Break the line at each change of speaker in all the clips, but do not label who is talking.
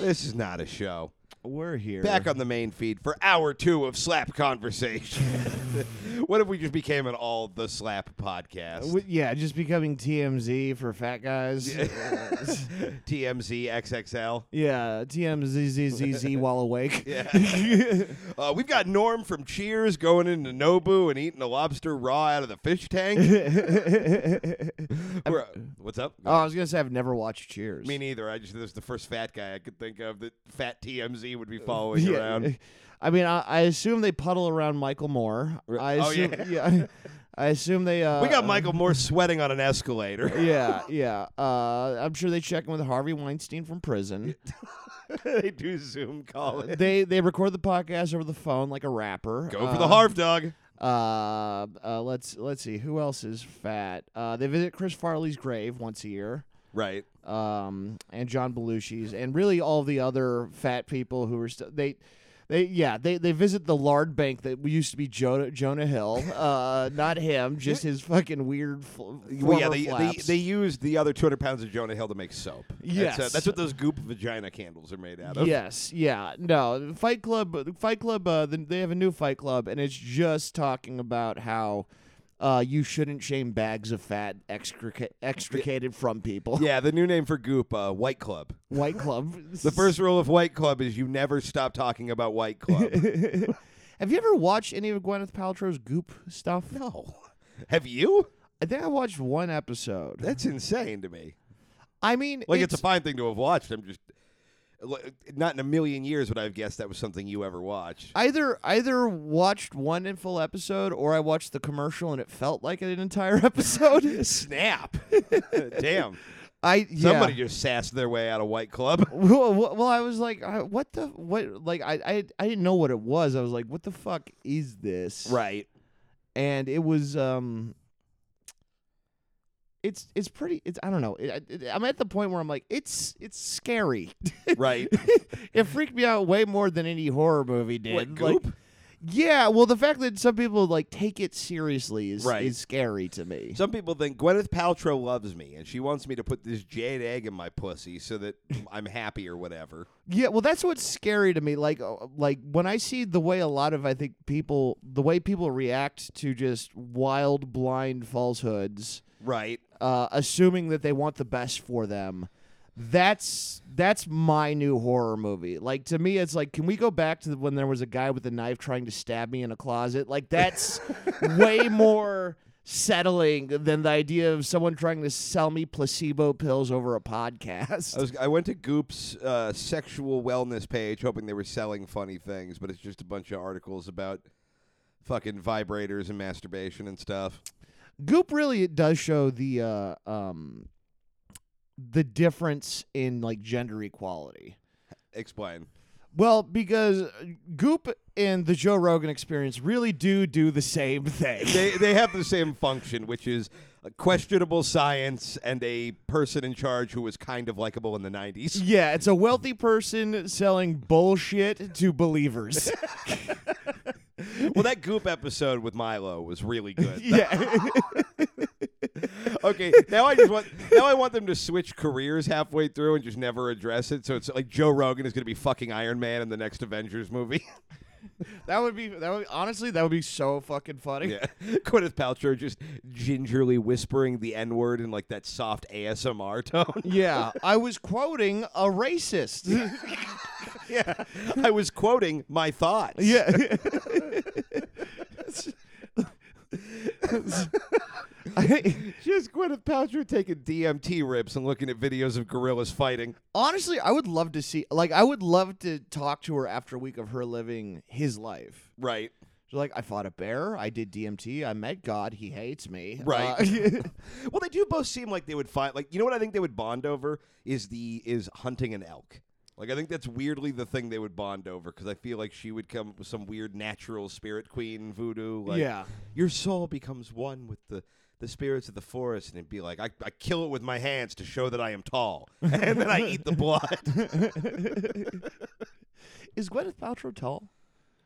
a show.
We're here.
Back on the main feed for hour two of Slap Conversation. what if we just became an all the Slap podcast?
We- yeah, just becoming TMZ for fat guys.
TMZ XXL.
yeah, TMZZZZ while awake.
Uh, we've got Norm from Cheers going into Nobu and eating a lobster raw out of the fish tank. We're- uh, what's up?
Oh, I was gonna say I've never watched Cheers.
Me neither. I just there's the first fat guy I could think of that fat TMZ would be following
yeah.
around.
I mean, I, I assume they puddle around Michael Moore. I
oh,
assume,
yeah.
I assume they. Uh,
We got Michael Moore sweating on an escalator.
Yeah, yeah. Uh, I'm sure they check in with Harvey Weinstein from prison.
they do Zoom call it.
they they record the podcast over the phone like a rapper.
Go for the
Uh,
Harv Dog.
Uh, uh, let's let's see who else is fat. Uh, they visit Chris Farley's grave once a year.
Right.
um, and John Belushi's, and really all the other fat people who were st- they. They, yeah, they, they visit the lard bank that used to be Jonah, Jonah Hill. Uh, not him, just his fucking weird. Fl-
Well, yeah,
former
they, they
flaps.
they used the other 200 pounds of Jonah Hill to make soap.
Yes.
That's, uh, that's what those goop vagina candles are made out of.
Yes, yeah, no. Fight Club, Fight Club. Uh, the, they have a new Fight Club, and it's just talking about how uh, you shouldn't shame bags of fat extrica- extricated from people.
Yeah, the new name for goop, uh, White Club.
White Club.
The first rule of White Club is you never stop talking about White Club.
Have you ever watched any of Gwyneth Paltrow's Goop stuff?
no. Have you?
I think I watched one episode.
That's insane to me.
I mean,
Like it's,
it's,
a fine thing to have watched. I'm just like, not in a million years would I have guessed that was something you ever watched.
either either watched one in full episode or I watched the commercial and it felt like an entire episode.
Snap. Damn.
I yeah.
Somebody just sassed their way out of White Club.
Well, well, well, I was like, I- what the what? Like, I, I I didn't know what it was. I was like, what the fuck is this?
Right.
And it was um. It's it's pretty. It's I don't know. It, it, I'm at the point where I'm like, it's it's scary.
Right.
it freaked me out way more than any horror movie did.
What,
Like,
Goop?
yeah, well, the fact that some people like take it seriously is
Right.
is scary to me.
Some people think Gwyneth Paltrow loves me and she wants me to put this jade egg in my pussy so that I'm happy or whatever.
yeah, well, that's what's scary to me. Like, uh, like when I see the way a lot of I think people, the way people react to just wild, blind falsehoods,
Right.
uh, assuming that they want the best for them. That's that's my new horror movie. Like to me, it's like, can we go back to the, when there was a guy with a knife trying to stab me in a closet? Like that's way more settling than the idea of someone trying to sell me placebo pills over a podcast.
I, was, I went to Goop's uh, sexual wellness page hoping they were selling funny things, but it's just a bunch of articles about fucking vibrators and masturbation and stuff.
Goop really does show the uh, um, the difference in like gender equality.
Explain.
Well, because uh, Goop and the Joe Rogan Experience really do do the same thing.
They, they have the same function, which is a questionable science and a person in charge who was kind of likable in the 90s.
yeah, it's a wealthy person selling bullshit to believers.
Well, that Goop episode with Milo was really good.
yeah.
Okay, now I just want now I want them to switch careers halfway through and just never address it. So it's like Joe Rogan is going to be fucking Iron Man in the next Avengers movie.
that would be that would honestly that would be so fucking funny.
yeah, Gwyneth Paltrow just gingerly whispering the N word in like that soft ASMR tone.
Yeah, I was quoting a racist.
yeah, I was quoting my thoughts.
Yeah. I-
just Gwyneth Paltrow taking DMT rips and looking at videos of gorillas fighting.
honestly, I would love to see. Like, I would love to talk to her after a week of her living his life.
Right.
She's like, I fought a bear. I did DMT. I met God. He hates me.
Right.
Uh,
Well, they do both seem like they would find like you know what I think they would bond over is the is hunting an elk. Like I think that's weirdly the thing they would bond over because I feel like she would come up with some weird natural spirit queen voodoo. Like,
Yeah.
your soul becomes one with the the spirits of the forest, and it'd be like I, I kill it with my hands to show that I am tall, and then I eat the blood.
is Gwyneth Paltrow tall?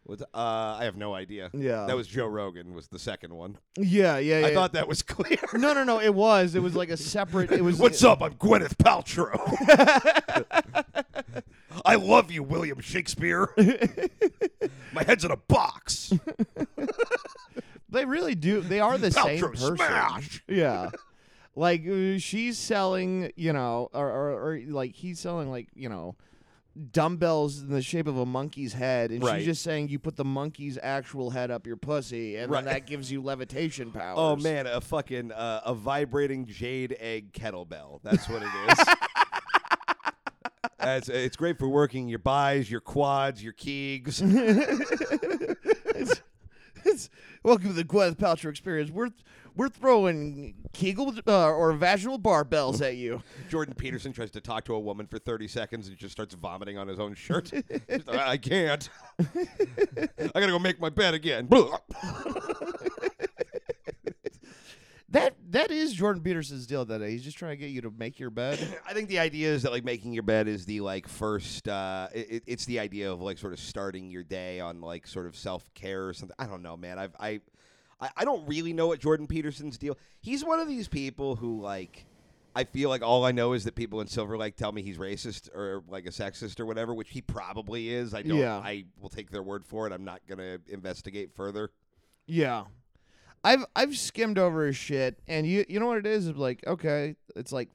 With, uh, I have no idea.
Yeah. Eh.
that was Joe Rogan was the second one.
Yeah, yeah,
I thought that was clear.
no, no, no. It was. It was like a separate. It was.
What's up? I'm Gwyneth Paltrow. I love you, William Shakespeare. My head's in a box.
They really do. They are the same
Paltrow,
person.
smash!
Yeah. Like uh, she's selling, you know, or, or, or like he's selling, like you know, dumbbells in the shape of a monkey's head, and
Right.
she's just saying you put the monkey's actual head up your pussy, and
Right.
then that gives you levitation powers.
Oh man, a fucking uh, a vibrating jade egg kettlebell. That's what it is. That's, it's great for working your buys, your quads, your kegs.
It's- welcome to the Gwyneth Paltrow experience. We're we're throwing Kegel uh, or vaginal barbells at you.
Jordan Peterson tries to talk to a woman for 30 seconds and just starts vomiting on his own shirt. Just, I I can't. I gotta go make my bed again.
That that is Jordan Peterson's deal that day. He's just trying to get you to make your bed.
I think the idea is that like making your bed is the like first. Uh, it, it- it's the idea of like sort of starting your day on like sort of self care or something. I don't know, man. I've I, I I don't really know what Jordan Peterson's deal. He's one of these people who like. I feel like all I know is that people in Silver Lake tell me he's racist or like a sexist or whatever, which he probably is. I don't.
Yeah.
I will take their word for it. I'm not gonna investigate further.
Yeah. I've I've skimmed over his shit and you you know what it is? It's like, okay, it's like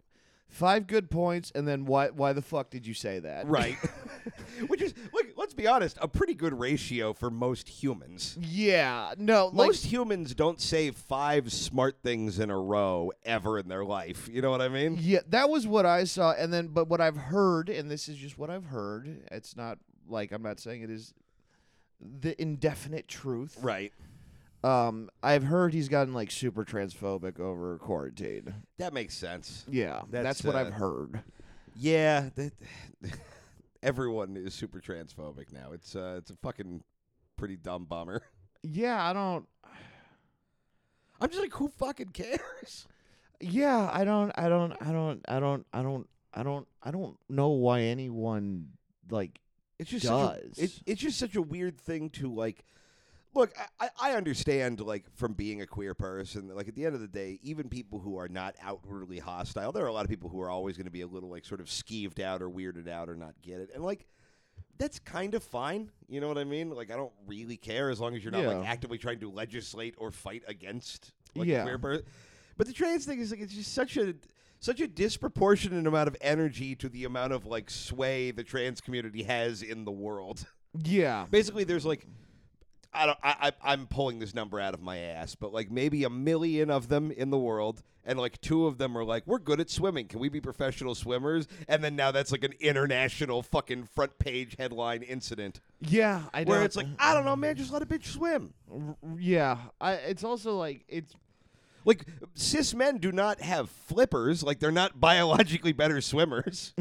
five good points and then why why the fuck did you say that?
Right. which is look. Let's be honest. A pretty good ratio for most humans.
yeah. No, like
Most humans don't say five smart things in a row ever in their life. You know what I mean?
Yeah, that was what I saw, and then but what I've heard, and this is just what I've heard. It's not like I'm not saying it is the indefinite truth.
Right.
Um, I've heard he's gotten like super transphobic over quarantine.
That makes sense.
Yeah, that's,
That's,
what
uh,
I've heard.
Yeah. That, everyone is super transphobic now. It's uh, it's a fucking pretty dumb bummer.
Yeah, I don't.
I'm just like, who fucking cares?
Yeah, I don't. I don't. I don't. I don't. I don't. I don't. I don't know why anyone like.
It's just such a-
Does.
it, it's just such a weird thing to like. Look, I- I, I understand like from being a queer person. Like at the end of the day, even people who are not outwardly hostile, there are a lot of people who are always going to be a little like sort of skeeved out or weirded out or not get it, and like that's kind of fine. You know what I mean? Like I don't really care as long as you're not like
Yeah.
actively trying to legislate or fight against like
Yeah.
a queer person. But the trans thing is like it's just such a such a disproportionate amount of energy to the amount of like sway the trans community has in the world.
Yeah.
Basically, there's like I don't I, I I'm pulling this number out of my ass, but like maybe a million of them in the world, and like two of them are like we're good at swimming. Can we be professional swimmers? And then now that's like an international fucking front page headline incident
Yeah. I
where
don't-
it's like I don't know, man, just let a bitch swim.
r- Yeah. I. It's also like it's.
Like cis men do not have flippers. Like they're not biologically better swimmers.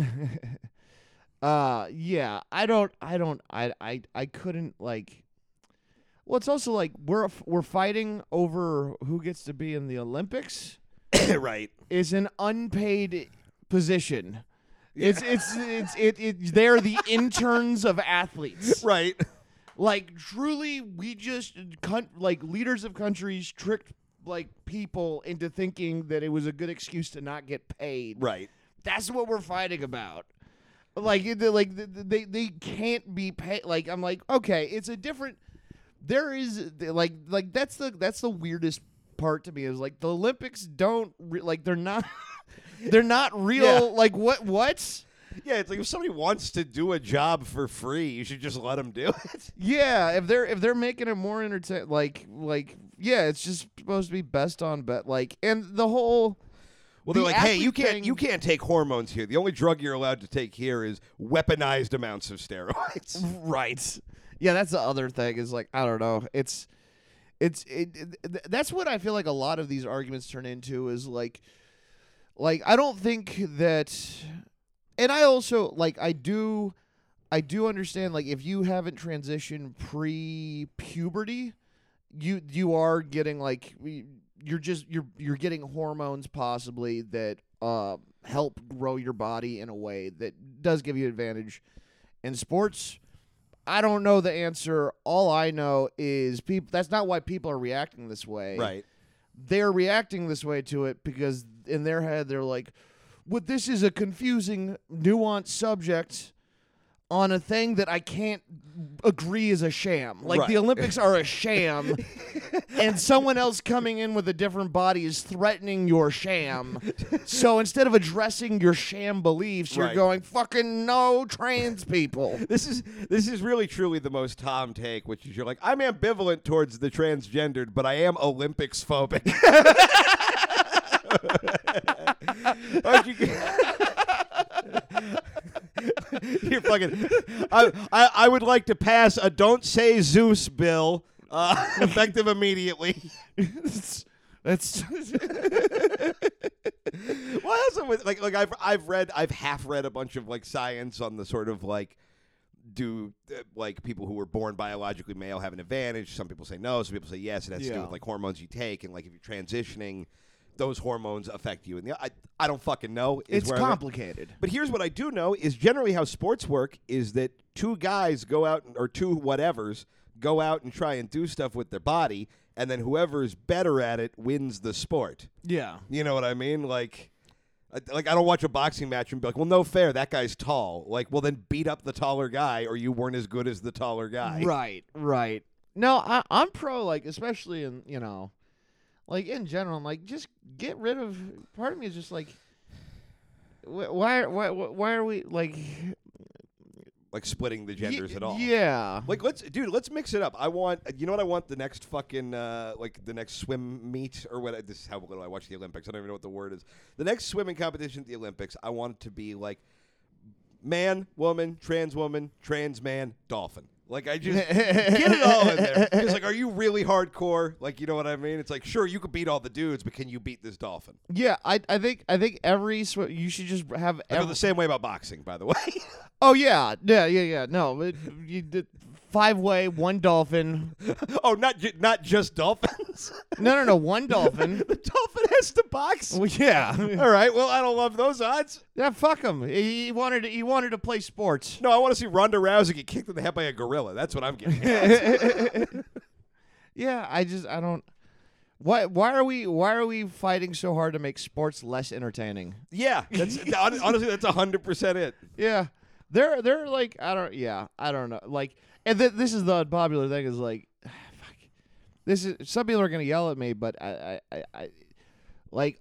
uh yeah i don't i don't i i, I couldn't like well it's also like we're f- we're fighting over who gets to be in the olympics
right.
is an unpaid position it's it's it's it, it they're the interns of athletes
Right.
like truly we just cunt like leaders of countries tricked like people into thinking that it was a good excuse to not get paid
Right.
that's what we're fighting about. Like, it- they're like th- th- they they can't be paid. Like, I'm like, okay, it's a different. There is like like that's the that's the weirdest part to me is like the Olympics don't re- like they're not they're not real.
Yeah.
Like what what?
Yeah, it's like if somebody wants to do a job for free, you should just let them do it.
Yeah, if they're if they're making it more entertain, like like yeah, it's just supposed to be best on bet. Like, and the whole
Well, they're
The
like, hey, you
athlete
can't
thing-
you can't take hormones here. The only drug you're allowed to take here is weaponized amounts of steroids.
right yeah that's the other thing is like i don't know it's it's it, it- th- that's what i feel like a lot of these arguments turn into is like like i don't think that and i also like i do i do understand like if you haven't transitioned pre puberty you you are getting like y- you're just you're you're getting hormones possibly that uh help grow your body in a way that does give you advantage in sports i don't know the answer all i know is people that's not why people are reacting this way
Right.
they're reacting this way to it because in their head they're like, "Well, this is a confusing, nuanced subject. on a thing that I can't agree is a sham. Like the
Right.
Olympics are a sham, and someone else coming in with a different body is threatening your sham. so instead of addressing your sham beliefs, you're
Right.
going fucking no trans people.
This is this is really truly the most Tom take, which is you're like, I'm ambivalent towards the transgendered, but I am Olympics phobic. Aren't you? are fucking. I, I I would like to pass a don't say Zeus bill uh, effective immediately.
That's
well, I also with like like I've I've read I've half read a bunch of like science on the sort of like do uh, like people who were born biologically male have an advantage? Some people say no, some people say yes. It has to do
Yeah.
with like hormones you take and like if you're transitioning, those hormones affect you. And the, I I don't fucking know. is
it's
where I'm at.
complicated.
But here's what I do know is generally how sports work is that two guys go out or two whatevers go out and try and do stuff with their body, and then whoever's better at it wins the sport.
Yeah.
You know what I mean? Like, I- like I don't watch a boxing match and be like, "Well, no fair. That guy's tall." Like, well, then beat up the taller guy, or you weren't as good as the taller guy.
Right, right. No, I, I'm pro, like, especially in, you know, like in general, I'm like, just get rid of. Part of me is just like, wh- why, why, wh- why are we, like, y-
Like splitting the genders at all.
Yeah.
Like let's, dude. Let's mix it up. I want. You know what I want? The next fucking uh, like the next swim meet or what? This is how little I watch the Olympics. I don't even know what the word is. The next swimming competition at the Olympics. I want it to be like man, woman, trans woman, trans man, dolphin. Like I just get it all in there. It's like, are you really hardcore? Like you know what I mean? It's like, sure, you could beat all the dudes, but can you beat this dolphin?
Yeah, I, I think, I think every, sw- you should just have
I feel
every.
the same way about boxing, by the way.
Oh, yeah, yeah, yeah, yeah. No, it, you did five way, one dolphin.
oh, not ju- not just dolphins.
No, no, no, one dolphin.
the dolphin has to box.
Well, yeah,
All right. Well, I don't love those odds.
yeah. Fuck him. He he wanted to, he wanted to play sports.
No, I want to see Ronda Rousey get kicked in the head by a gorilla. That's what I'm getting. at.
Yeah, I just I don't. Why why are we why are we fighting so hard to make sports less entertaining?
yeah, that's hon- honestly that's hundred percent it.
Yeah, they're they're like I don't yeah I don't know like and th- this is the unpopular thing is like, fuck, this is some people are gonna yell at me but I I, I, I like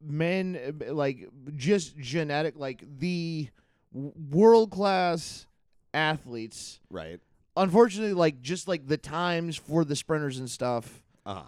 men uh, like just genetic like the world class athletes
Right.
unfortunately like just like the times for the sprinters and stuff
Uh huh.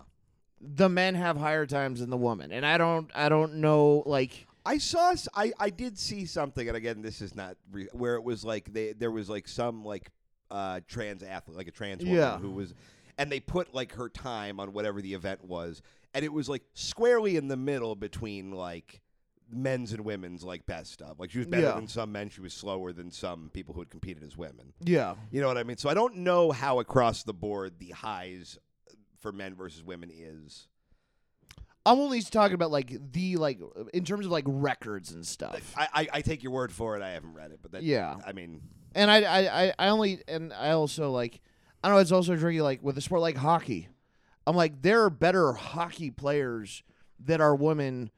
the men have higher times than the woman and i don't i don't know like
I saw s- I I did see something, and again, this is not re- where it was like they there was like some like uh trans athlete, like a trans woman
Yeah.
who was, and they put like her time on whatever the event was, and it was like squarely in the middle between like men's and women's like best stuff. Like she was better
Yeah.
than some men, she was slower than some people who had competed as women.
yeah
You know what I mean? So I don't know how across the board the highs for men versus women is.
i'm only talking about like the like in terms of like records and stuff
I I, I take your word for it. I haven't read it, but that,
yeah
I mean.
and I, I i i only and i also like i know it's also tricky like with a sport like hockey i'm like there are better hockey players that are women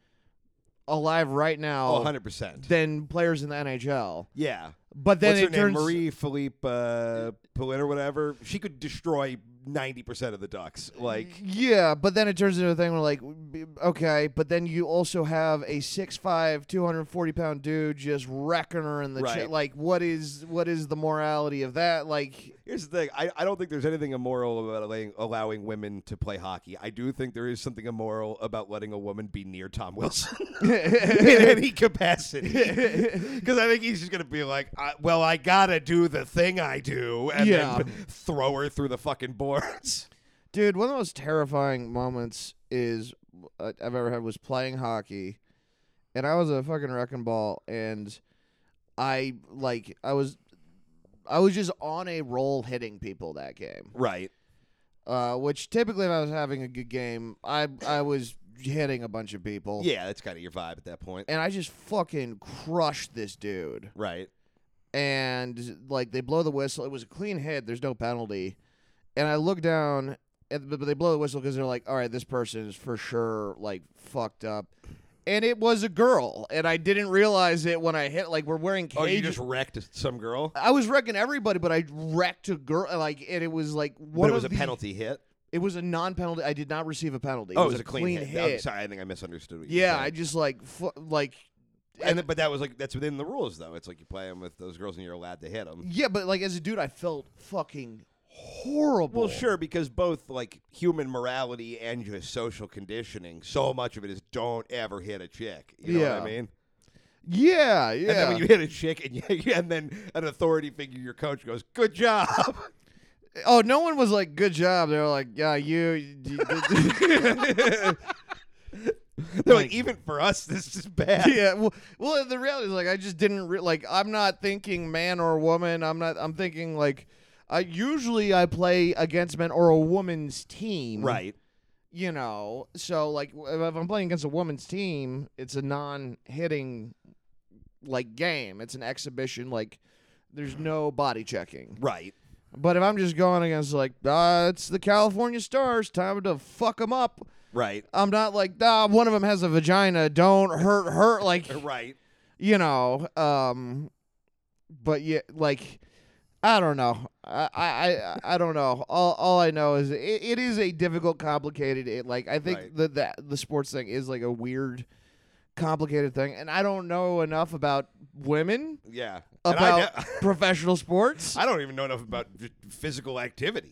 alive right now
Oh, 100%.
than players in the nhl
Yeah.
but then
What's
it
her name?
turns
Marie Philippe uh, Poulin or whatever. She could destroy ninety percent of the Ducks. Like,
Yeah, but then it turns into a thing where like, b- okay, but then you also have a 6'5", 240 pound dude just wrecking her in the
Right.
chin. Like, what is what is the morality of that? Like,
here's the thing: I, I don't think there's anything immoral about allowing, allowing women to play hockey. I do think there is something immoral about letting a woman be near Tom Wilson in any capacity, because I think he's just gonna be like, I, "Well, I gotta do the thing I do," and
Yeah.
then p- throw her through the fucking boards.
dude, one of the most terrifying moments is uh, I've ever had was playing hockey, and I was a fucking wrecking ball, and I like I was I was just on a roll hitting people that game.
right.
uh, which typically if I was having a good game, I I was hitting a bunch of people.
Yeah, that's kind of your vibe at that point.
And I just fucking crushed this dude.
Right.
And like they blow the whistle. It was a clean hit. There's no penalty. And I look down, and but but they blow the whistle because they're like, all right, this person is for sure like fucked up. and it was a girl, and I didn't realize it when I hit. Like we're wearing
Oh,
cages.
you just wrecked some girl.
I was wrecking everybody, but I wrecked a girl. Like and it was like one
but it was
of
a
the-
penalty hit.
It was a non-penalty. I did not receive a penalty.
Oh,
it was, a clean, hit.
I'm sorry, I think I misunderstood. What you
Yeah,
said.
I just like fu- like
and th- but that was like that's within the rules though. It's like you play them with those girls and you're allowed to hit them.
yeah, but like as a dude, I felt fucking horrible.
Well, sure, because both like human morality and your social conditioning, so much of it is don't ever hit a chick. You know what
Yeah.
I mean?
Yeah,
And then
yeah.
when you hit a chick, and you, and then an authority figure, your coach goes, "Good job."
oh, no one was like, "Good job." They were like, "Yeah, you." you did-
They're like, even for us, this is bad.
yeah. Well, well, the reality is like I just didn't re- like. I'm not thinking man or woman. I'm not. I'm thinking like. I usually I play against men or a woman's team.
Right.
you know so like w- if i'm playing against a woman's team it's a non-hitting like game it's an exhibition like there's no body checking
Right.
but if i'm just going against like uh, it's the california stars time to fuck them up
Right.
i'm not like nah, one of them has a vagina don't hurt her like
Uh, Right.
you know um but yeah like i don't know i i i, I don't know all, all i know is it, it is a difficult complicated it like i think
Right.
that the, the sports thing is like a weird complicated thing and i don't know enough about women
Yeah. And I,
about
ne-
professional sports
I don't even know enough about j- physical activity.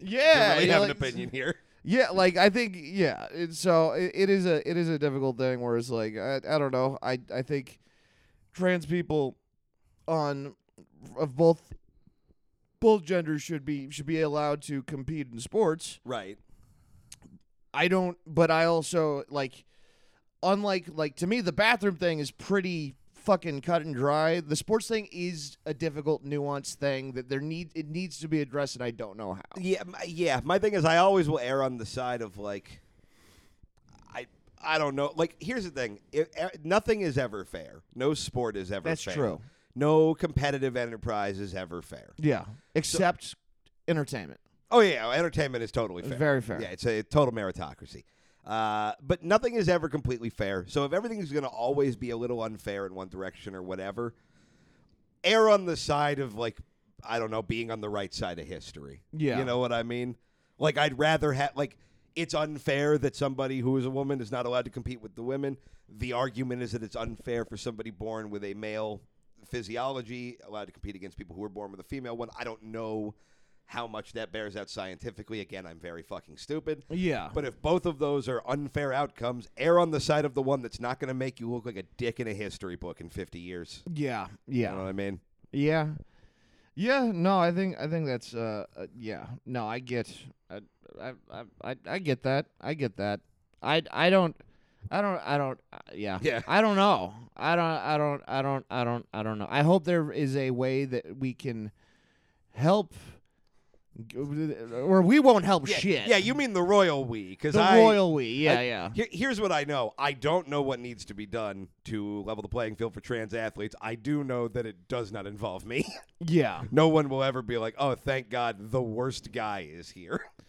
To
Yeah,
really
you're
have an
like-
opinion here.
yeah like i think yeah it, so it, it is a it is a difficult thing where it's like i, I don't know i i think trans people on of both both genders should be should be allowed to compete in sports
Right.
i don't but i also like unlike like to me the bathroom thing is pretty fucking cut and dry the sports thing is a difficult nuanced thing that there need it needs to be addressed and i don't know how
Yeah, my, yeah. My thing is, I always will err on the side of like, I, I don't know. Like, here's the thing: If e- nothing is ever fair. No sport is ever.
That's
fair.
true.
No competitive enterprise is ever fair.
yeah except entertainment
Oh yeah, entertainment is totally fair.
Very fair.
Yeah, it's a total meritocracy. Uh, but nothing is ever completely fair. So if everything is going to always be a little unfair in one direction or whatever, err on the side of like I don't know, being on the right side of history.
Yeah.
you know what I mean. Like I'd rather have like it's unfair that somebody who is a woman is not allowed to compete with the women. The argument is that it's unfair for somebody born with a male physiology allowed to compete against people who were born with a female one. I don't know how much that bears out scientifically. Again, I'm very fucking stupid.
Yeah.
But if both of those are unfair outcomes, err on the side of the one that's not going to make you look like a dick in a history book in 50 years.
Yeah,
You know
yeah,
what I mean?
yeah, yeah. No, I think I think that's uh, uh yeah. No, I get, I, I, I, I, I get that. I get that. I, I don't, I don't, I don't. Uh, yeah,
Yeah.
I don't know. I don't, I don't, I don't, I don't, I don't know. I hope there is a way that we can help, g- uh, or we won't help
Yeah,
shit.
Yeah, you mean the royal we? Because
the
I,
royal we. Yeah,
I-
yeah.
Here- here's what I know. I don't know what needs to be done to level the playing field for trans athletes. I do know that it does not involve me.
Yeah.
no one will ever be like, "Oh, thank God, the worst guy is here."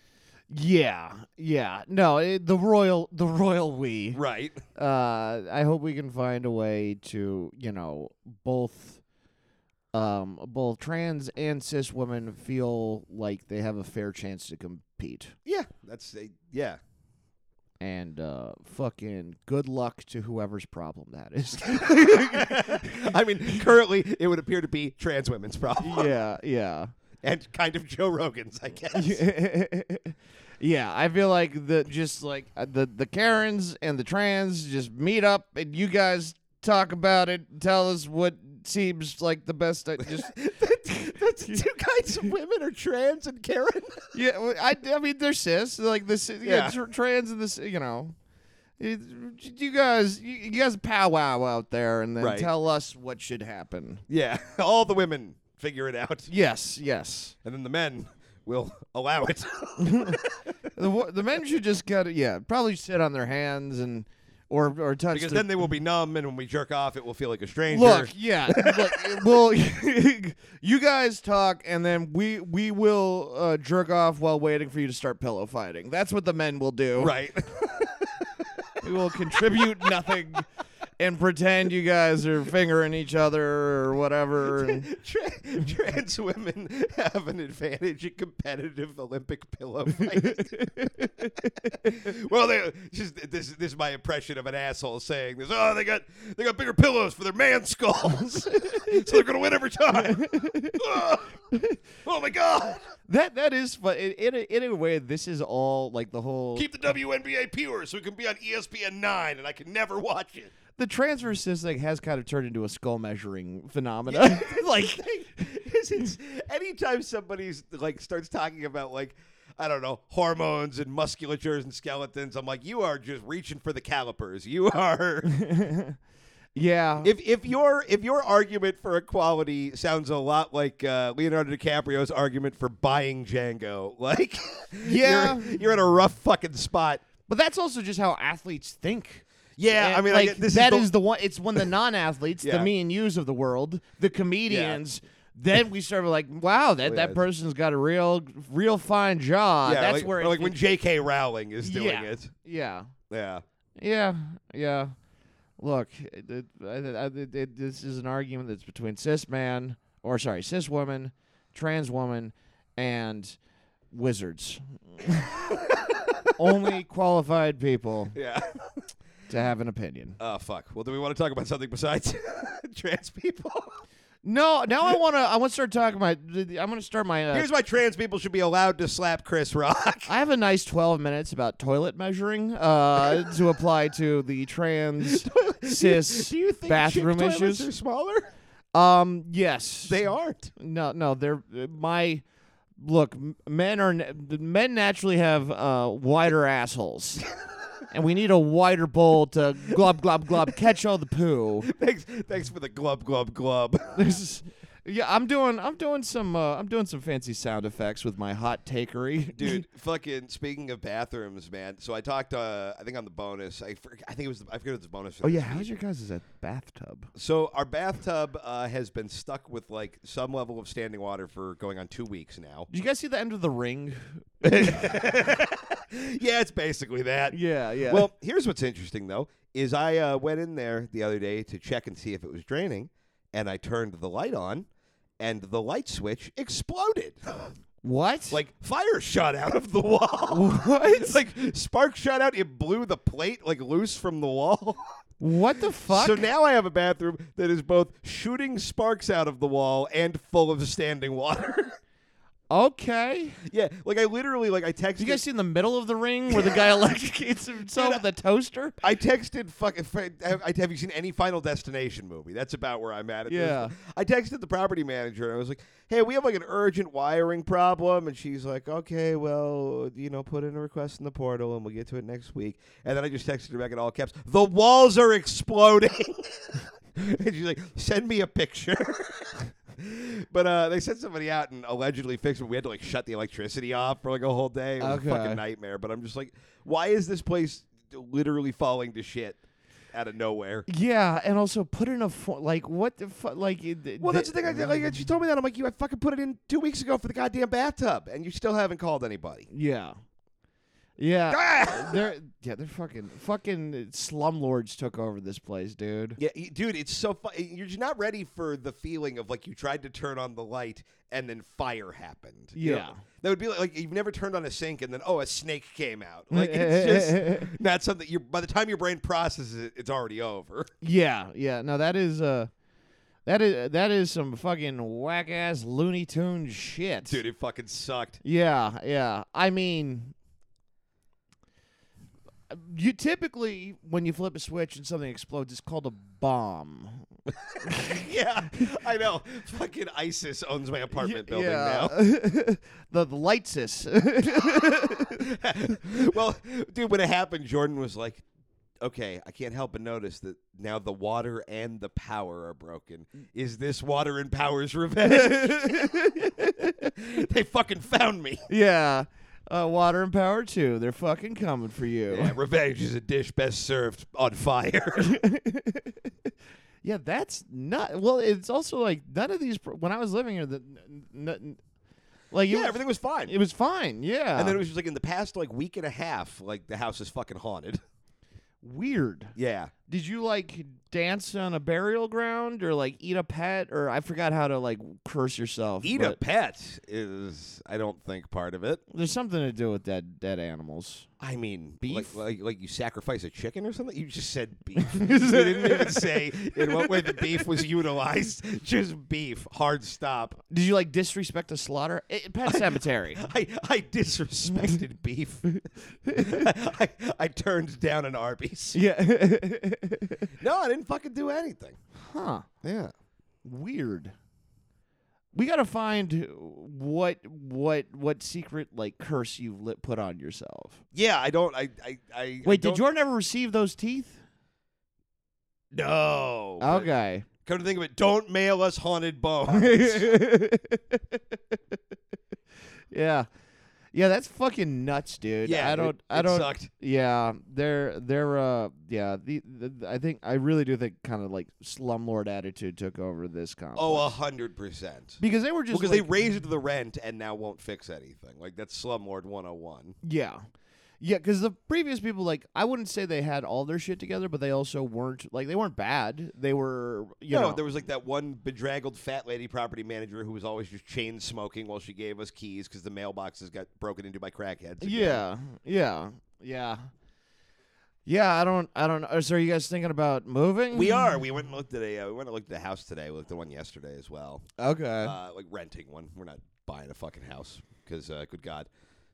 Yeah. Yeah. No, it, the royal the royal we.
right.
uh, I hope we can find a way to, you know, both um both trans and cis women feel like they have a fair chance to compete.
Yeah. That's
uh,
a, yeah.
And uh fucking good luck to whoever's problem that is.
I mean, currently it would appear to be trans women's problem
yeah, yeah.
and kind of Joe Rogan's, I guess.
yeah, I feel like the just like uh, the the Karens and the trans just meet up and you guys talk about it, tell us what seems like the best I just
That's two kinds of women are trans and Karen.
Yeah, well, I, I mean they're cis, like this. Yeah,
Yeah.
tr- trans and this, you know. It- You guys, you, you guys powwow out there, and then
Right.
tell us what should happen.
Yeah, all the women figure it out,
Yes, yes.
and then the men will allow it.
The wo- the men should just get yeah, probably sit on their hands and or or touch.
because
their-
then they will be numb, and when we jerk off, it will feel like a stranger.
look, yeah, look, well, you guys talk, and then we we will uh, jerk off while waiting for you to start pillow fighting. That's what the men will do.
right.
We will contribute nothing. and pretend you guys are fingering each other or whatever. and-
Tra- trans women have an advantage in competitive Olympic pillow fight. well, they just this this is my impression of an asshole saying this. Oh, they got they got bigger pillows for their man skulls, so they're gonna win every time. oh, oh my god!
that that is fun. In, in, a, in a way, this is all like the whole
Keep the WNBA pure so it can be on E ESPN nine, and I can never watch it.
the transfer system has kind of turned into a skull measuring phenomenon. like
Because it's anytime somebody's like starts talking about like I don't know hormones and musculatures and skeletons, I'm like, you are just reaching for the calipers. You are
yeah,
if if your if your argument for equality sounds a lot like uh, Leonardo DiCaprio's argument for buying Django, like
Yeah.
you're, you're in a rough fucking spot.
but that's also just how athletes think.
Yeah,
And,
I mean, I
like,
get- this
that
is the-
is one. It's when the non-athletes,
Yeah.
the me and yous of the world, the comedians. Then we start like, wow, that,
Oh, yeah.
that person's got a real, real fine jaw.
yeah,
That's
like,
where
or
it,
like when J.K. Rowling is doing
Yeah.
it.
yeah,
Yeah,
yeah, yeah. Look, it, it, I- I- it- it- this is an argument that's between cis man, or sorry, cis woman, trans woman, and wizards. Only qualified people
yeah.
to have an opinion.
Oh fuck. Well, do we want to talk about something besides trans people?
No, now I want to. I want to start talking about. I'm going to start my. Uh,
Here's why trans people should be allowed to slap Chris Rock.
I have a nice 12 minutes about toilet measuring uh, to apply to the trans cis bathroom issues.
smaller?
Um, yes,
They aren't.
no, no, they're uh, my. Look, m- men are na- men naturally have uh, wider assholes, and we need a wider bowl to glob glob glob catch all the poo.
Thanks, thanks for the glub glub glub.
This is, yeah, I'm doing I'm doing some uh, I'm doing some fancy sound effects with my hot takery.
Dude, fucking. Speaking of bathrooms, man. So I talked. Uh, I think on the bonus. I, for, I think it was. I forget it was the bonus.
Oh yeah, how's your guys' that bathtub?
So our bathtub uh, has been stuck with like some level of standing water for going on two weeks now.
Did you guys see the end of the ring?
Yeah, it's basically that.
Yeah, yeah.
Well, here's what's interesting though is I uh, went in there the other day to check and see if it was draining, and I turned the light on, and the light switch exploded.
what?
like fire shot out of the wall. What? like spark shot out. It blew the plate like loose from the wall.
what the fuck?
So now I have a bathroom that is both shooting sparks out of the wall and full of standing water.
okay.
yeah, like I literally like I texted.
Did you guys see in the middle of the ring where the guy electrocutes himself with a toaster?
I texted fucking. Have, I- have you seen any Final Destination movie? That's about where I'm at. at this
Yeah.
point. I texted the property manager and I was like, "Hey, we have like an urgent wiring problem," and she's like, "Okay, well, you know, put in a request in the portal and we'll get to it next week." And then I just texted her back in all caps, "The walls are exploding," and she's like, "Send me a picture." But uh, they sent somebody out and allegedly fixed it. We had to like shut the electricity off for like a whole day. It was
Okay.
a fucking nightmare. But I'm just like, why is this place literally falling to shit out of nowhere?
Yeah, and also put in a fo- like what the fuck? Like it-
Well,
th-
that's the thing. I, like she told me that I'm like, you, I fucking put it in two weeks ago for the goddamn bathtub, and you still haven't called anybody.
yeah, yeah. Uh,
Ah!
they're yeah they're fucking fucking slumlords took over this place, dude.
Yeah, y- dude, it's so fu- you're just not ready for the feeling of like you tried to turn on the light and then fire happened. You know?
Yeah.
that would be like, like you've never turned on a sink and then oh a snake came out. Like it's just not something you. By the time your brain processes it, it's already over.
Yeah, yeah. No, that is uh that is that is some fucking whack ass Looney Tunes shit.
Dude, it fucking sucked.
Yeah, yeah. I mean you typically when you flip a switch and something explodes, it's called a bomb.
yeah, I know. Fucking ISIS owns my apartment building
the the lightsis.
now. well, dude, when it happened, Jordan was like, "Okay, I can't help but notice that now the water and the power are broken. Is this water and power's revenge? they fucking found me.
yeah. Uh, water and power too. They're fucking coming for you.
Yeah, revenge is a dish best served on fire.
Yeah, that's not. Well, it's also like none of these. pro- When I was living here, the n- n- n- like it
yeah,
was-
everything was fine."
It was fine. Yeah,
and then it was just like in the past like week and a half, like the house is fucking haunted.
weird.
Yeah.
Did you like dance on a burial ground or like eat a pet or I forgot how to like curse yourself?
Eat a
but
pet is, I don't think, part of it.
There's something to do with dead dead animals.
I mean,
Beef?
Like, like, like you sacrifice a chicken or something? You just said beef. you didn't even say in what way the beef was utilized. Just beef. Hard stop.
Did you like disrespect a slaughter Eh, pet cemetery?
I, I disrespected beef. I, I, I turned down an Arby's.
yeah.
No, I didn't fucking do anything.
huh.
Yeah.
Weird. We gotta find what what what secret like curse you've lit, put on yourself.
Yeah, I don't. I. I, I
Wait,
I
did Jordan ever receive those teeth?
you? No. but
Okay.
Come to think of it, don't mail us haunted bones.
yeah. Yeah, that's fucking nuts, dude.
yeah,
I
it-
don't I
it
don't
Sucked.
Yeah, they're they're uh yeah, the, the I think I really do think kind of like slumlord attitude took over this complex.
Oh, a hundred percent.
because they were just
Because
like,
they raised the rent and now won't fix anything. Like that's Slumlord 101.
Yeah. Yeah, because the previous people, like, I wouldn't say they had all their shit together, but they also weren't, like, they weren't bad. They were, you
no,
know.
there was like that one bedraggled fat lady property manager who was always just chain smoking while she gave us keys because the mailboxes got broken into by crackheads. again.
yeah, yeah, yeah. Yeah, I don't, I don't know. So are you guys thinking about moving?
we are. We went and looked at a. Uh, we went and looked at a house today. We looked at one yesterday as well.
Okay.
uh, like renting one. We're not buying a fucking house because, uh, good God.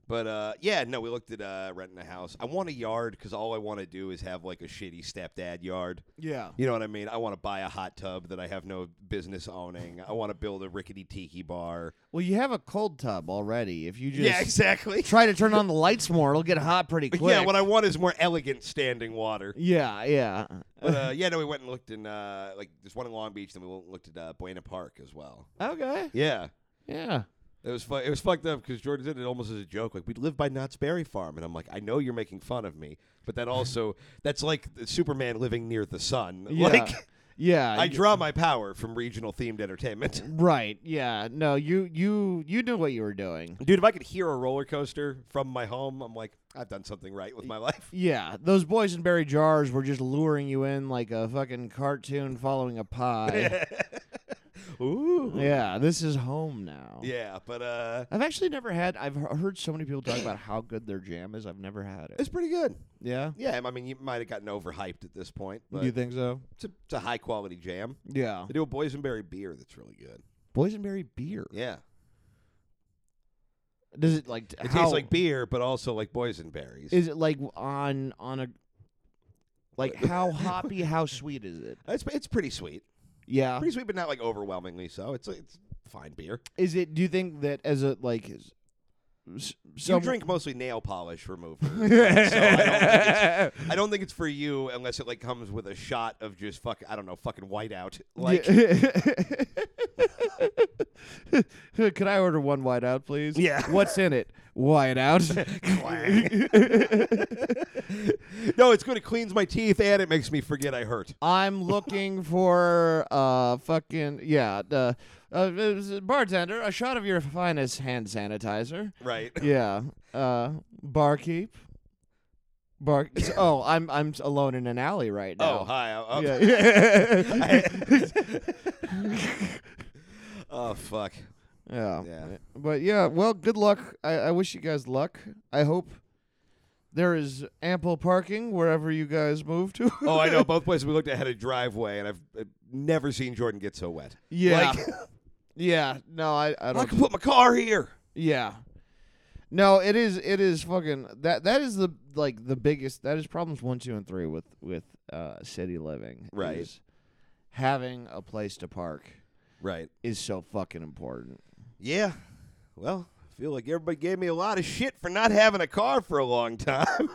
But uh, yeah, no, we looked at uh, renting a house. I want a yard because all I want to do is have like a shitty stepdad yard.
yeah.
You know what I mean? I want to buy a hot tub that I have no business owning. I want to build a rickety tiki bar.
Well, you have a cold tub already. If you just
yeah, exactly.
try to turn on the lights more, it'll get hot pretty quick.
Yeah, what I want is more elegant standing water.
yeah, yeah.
But uh, yeah, no, we went and looked in uh, like there's one in Long Beach, then we went and looked at uh, Buena Park as well.
Okay.
Yeah.
Yeah.
It was fu- it was fucked up because Jordan did it almost as a joke. Like we live by Knott's Berry Farm, and I'm like, I know you're making fun of me, but that also that's like the Superman living near the sun.
Yeah.
Like
yeah.
I draw my power from regional themed entertainment.
right. Yeah. No, you you you knew what you were doing.
Dude, if I could hear a roller coaster from my home, I'm like, I've done something right with my life.
Yeah, those boysenberry jars were just luring you in like a fucking cartoon following a pie.
Ooh.
yeah, this is home now.
Yeah, but uh,
I've actually never had. I've he- heard so many people talk about how good their jam is. I've never had it.
it's pretty good.
Yeah,
Yeah, I mean, you might have gotten overhyped at this point, but
do you think so?
it's, a, it's a high quality jam.
Yeah,
They do a boysenberry beer that's really good.
boysenberry beer.
Yeah.
Does it like?
It
how,
tastes like beer, but also like boysenberries.
Is it like on on a? Like how hoppy? How sweet is it?
It's, it's pretty sweet.
Yeah.
Pretty sweet, but not like overwhelmingly so. It's it's fine beer.
Is it? Do you think that as a like? Is, s-
you
some-
drink mostly nail polish remover. so I don't, think it's, I don't think it's for you unless it like comes with a shot of just fuck I don't know fucking whiteout. Like yeah.
Yeah. could I order one white out, please?
Yeah.
What's in it? White out.
no, it's good. It cleans my teeth and it makes me forget I hurt.
I'm looking for uh fucking yeah, uh, uh, bartender, a shot of your finest hand sanitizer.
Right.
Yeah. Uh barkeep. Bar Oh, I'm I'm alone in an alley right now.
Oh hi. Oh, oh.
Yeah.
oh fuck.
yeah.
Yeah.
But yeah, well, good luck. I, I wish you guys luck. I hope there is ample parking wherever you guys move to.
Oh, I know. Both places we looked at had a driveway, and I've, I've never seen Jordan get so wet.
yeah.
Like,
yeah. No, I, I
I
don't.
can put my car here.
Yeah. No, it is it is fucking that that is the like the biggest that is problems one, two, and three with with uh city living.
Right.
is Having a place to park
Right.
is so fucking important.
Yeah. Well, I feel like everybody gave me a lot of shit for not having a car for a long time.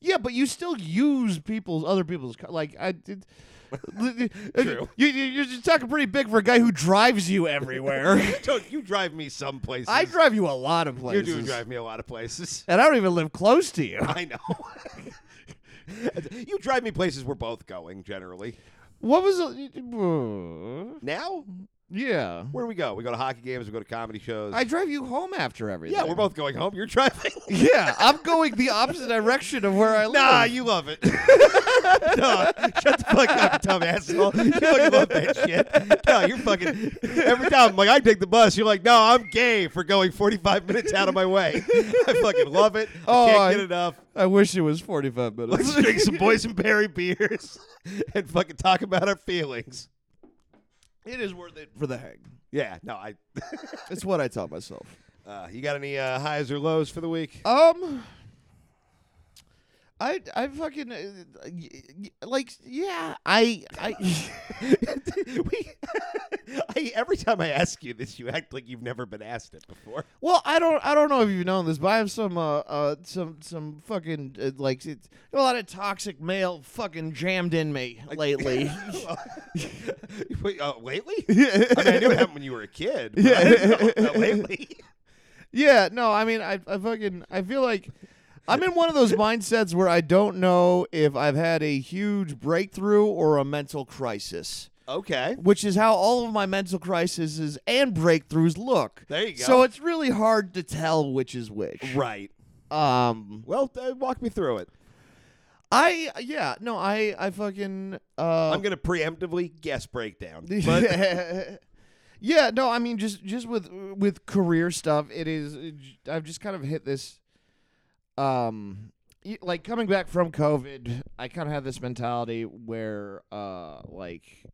Yeah, but you still use people's other people's car. Like I did.
True.
You, you, you're just talking pretty big for a guy who drives you everywhere.
Don't you drive me some places.
I drive you a lot of
you
places.
do drive me a lot of places.
and I don't even live close to you.
I know. you drive me places we're both going generally.
What was the,
Now?
Yeah.
Where do we go? We go to hockey games. We go to comedy shows.
I drive you home after everything.
yeah, we're both going home. You're driving.
Yeah, I'm going the opposite direction of where I live.
Nah, you love it. no, shut the fuck up, dumb asshole. You fucking love that shit. No, you're fucking. Every time, I'm like, I take the bus. You're like, no, I'm gay for going 45 minutes out of my way. I fucking love it.
Oh,
I
I-
can't get enough.
I wish it was 45 minutes.
Let's drink some boysenberry beers and fucking talk about our feelings.
it is worth it for the hang.
Yeah, no, I.
It's what I tell myself.
Uh, you got any uh, highs or lows for the week?
Um, I I fucking uh, y- y- like yeah. I I
we, I, every time I ask you this, you act like you've never been asked it before.
well I don't I don't know if you've known this, but I have some uh, uh some some fucking uh, like it's, a lot of toxic male fucking jammed in me lately.
Wait, uh, lately? I, mean, I knew it happened when you were a kid. But I
Yeah.
didn't know about lately.
Yeah, no, I mean, I, I fucking, I feel like I'm in one of those mindsets where I don't know if I've had a huge breakthrough or a mental crisis,
Okay.
which is how all of my mental crises and breakthroughs look.
There you go.
So it's really hard to tell which is which.
Right.
Um,
Well, uh, walk me through it.
I, yeah, no, I, I fucking, uh,
I'm going to preemptively guess breakdown. But
yeah. yeah, no, I mean just just with with career stuff, it is I've just kind of hit this um y- like coming back from COVID, I kind of had this mentality where uh like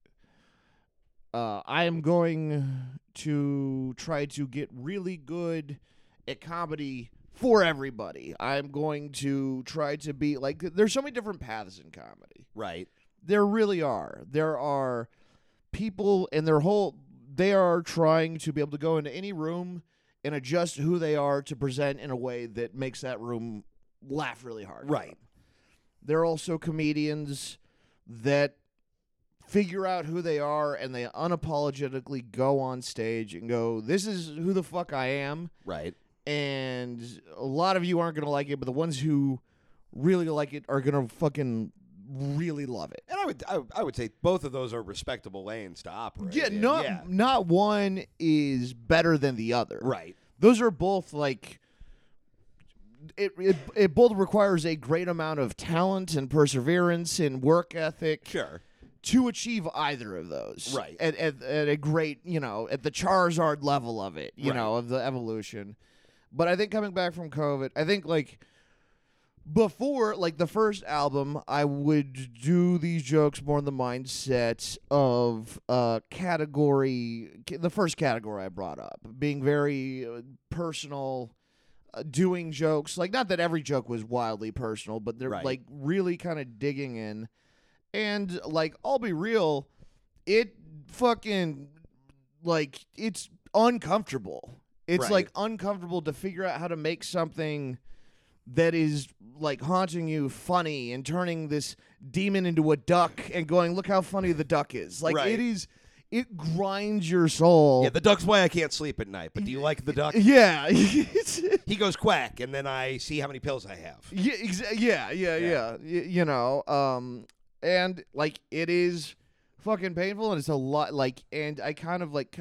uh I am going to try to get really good at comedy for everybody. I'm going to try to be like there's so many different paths in comedy
right.
there really are there are people and their whole they are trying to be able to go into any room and adjust who they are to present in a way that makes that room laugh really hard
Right.
there are also comedians that figure out who they are and they unapologetically go on stage and go this is who the fuck i am
Right.
and a lot of you aren't going to like it but the ones who really like it are going to fucking really love it
And I would I, I would say both of those are respectable lanes to operate.
Yeah,
in.
not
yeah.
not one is better than the other.
Right.
Those are both like it, it it both requires a great amount of talent and perseverance and work ethic
Sure.
to achieve either of those.
Right.
At, at, at a great, you know, at the Charizard level of it, you
Right.
know, of the evolution. But I think coming back from COVID, I think like before, like the first album, I would do these jokes more in the mindset of uh, category, ca- the first category I brought up, being very uh, personal. uh, Doing jokes like not that every joke was wildly personal, but they're
Right.
like really kind of digging in, and like I'll be real, it fucking like it's uncomfortable. It's
Right.
like uncomfortable to figure out how to make something that is like haunting you funny and turning this demon into a duck and going, look how funny the duck is. Like
Right.
it is it grinds your soul.
Yeah, the duck's why I can't sleep at night. But do you like the duck?
yeah. It's-
He goes quack, and then I see how many pills I have.
Yeah, exa- yeah, yeah,
Yeah.
yeah. Y- you know, um, and like it is fucking painful, and it's a lot. Like, and I kind of like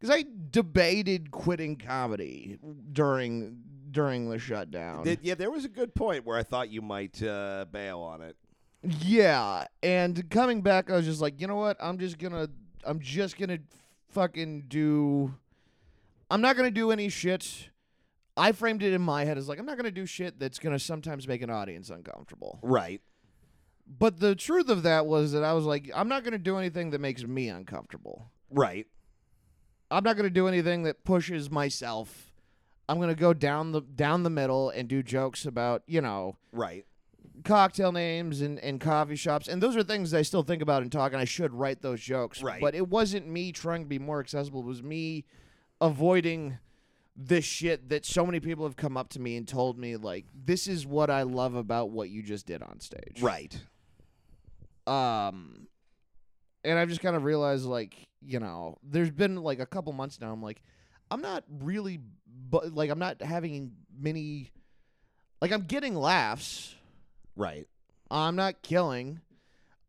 because I debated quitting comedy during during the shutdown.
Th- yeah, there was a good point where I thought you might uh, bail on it.
yeah, and coming back, I was just like, you know what? I'm just gonna, I'm just gonna fucking do. I'm not gonna do any shit. I framed it in my head as like I'm not gonna do shit that's gonna sometimes make an audience uncomfortable.
Right.
But the truth of that was that I was like, I'm not going to do anything that makes me uncomfortable.
Right.
I'm not going to do anything that pushes myself. I'm going to go down the down the middle and do jokes about, you know,
Right.
cocktail names and, and coffee shops. And those are things I still think about and talk and I should write those jokes.
Right.
But it wasn't me trying to be more accessible. It was me avoiding this shit that so many people have come up to me and told me like this is what I love about what you just did on stage.
Right.
um and i've just kind of realized like you know there's been like a couple months now i'm like i'm not really but like i'm not having many like i'm getting laughs
Right.
i'm not killing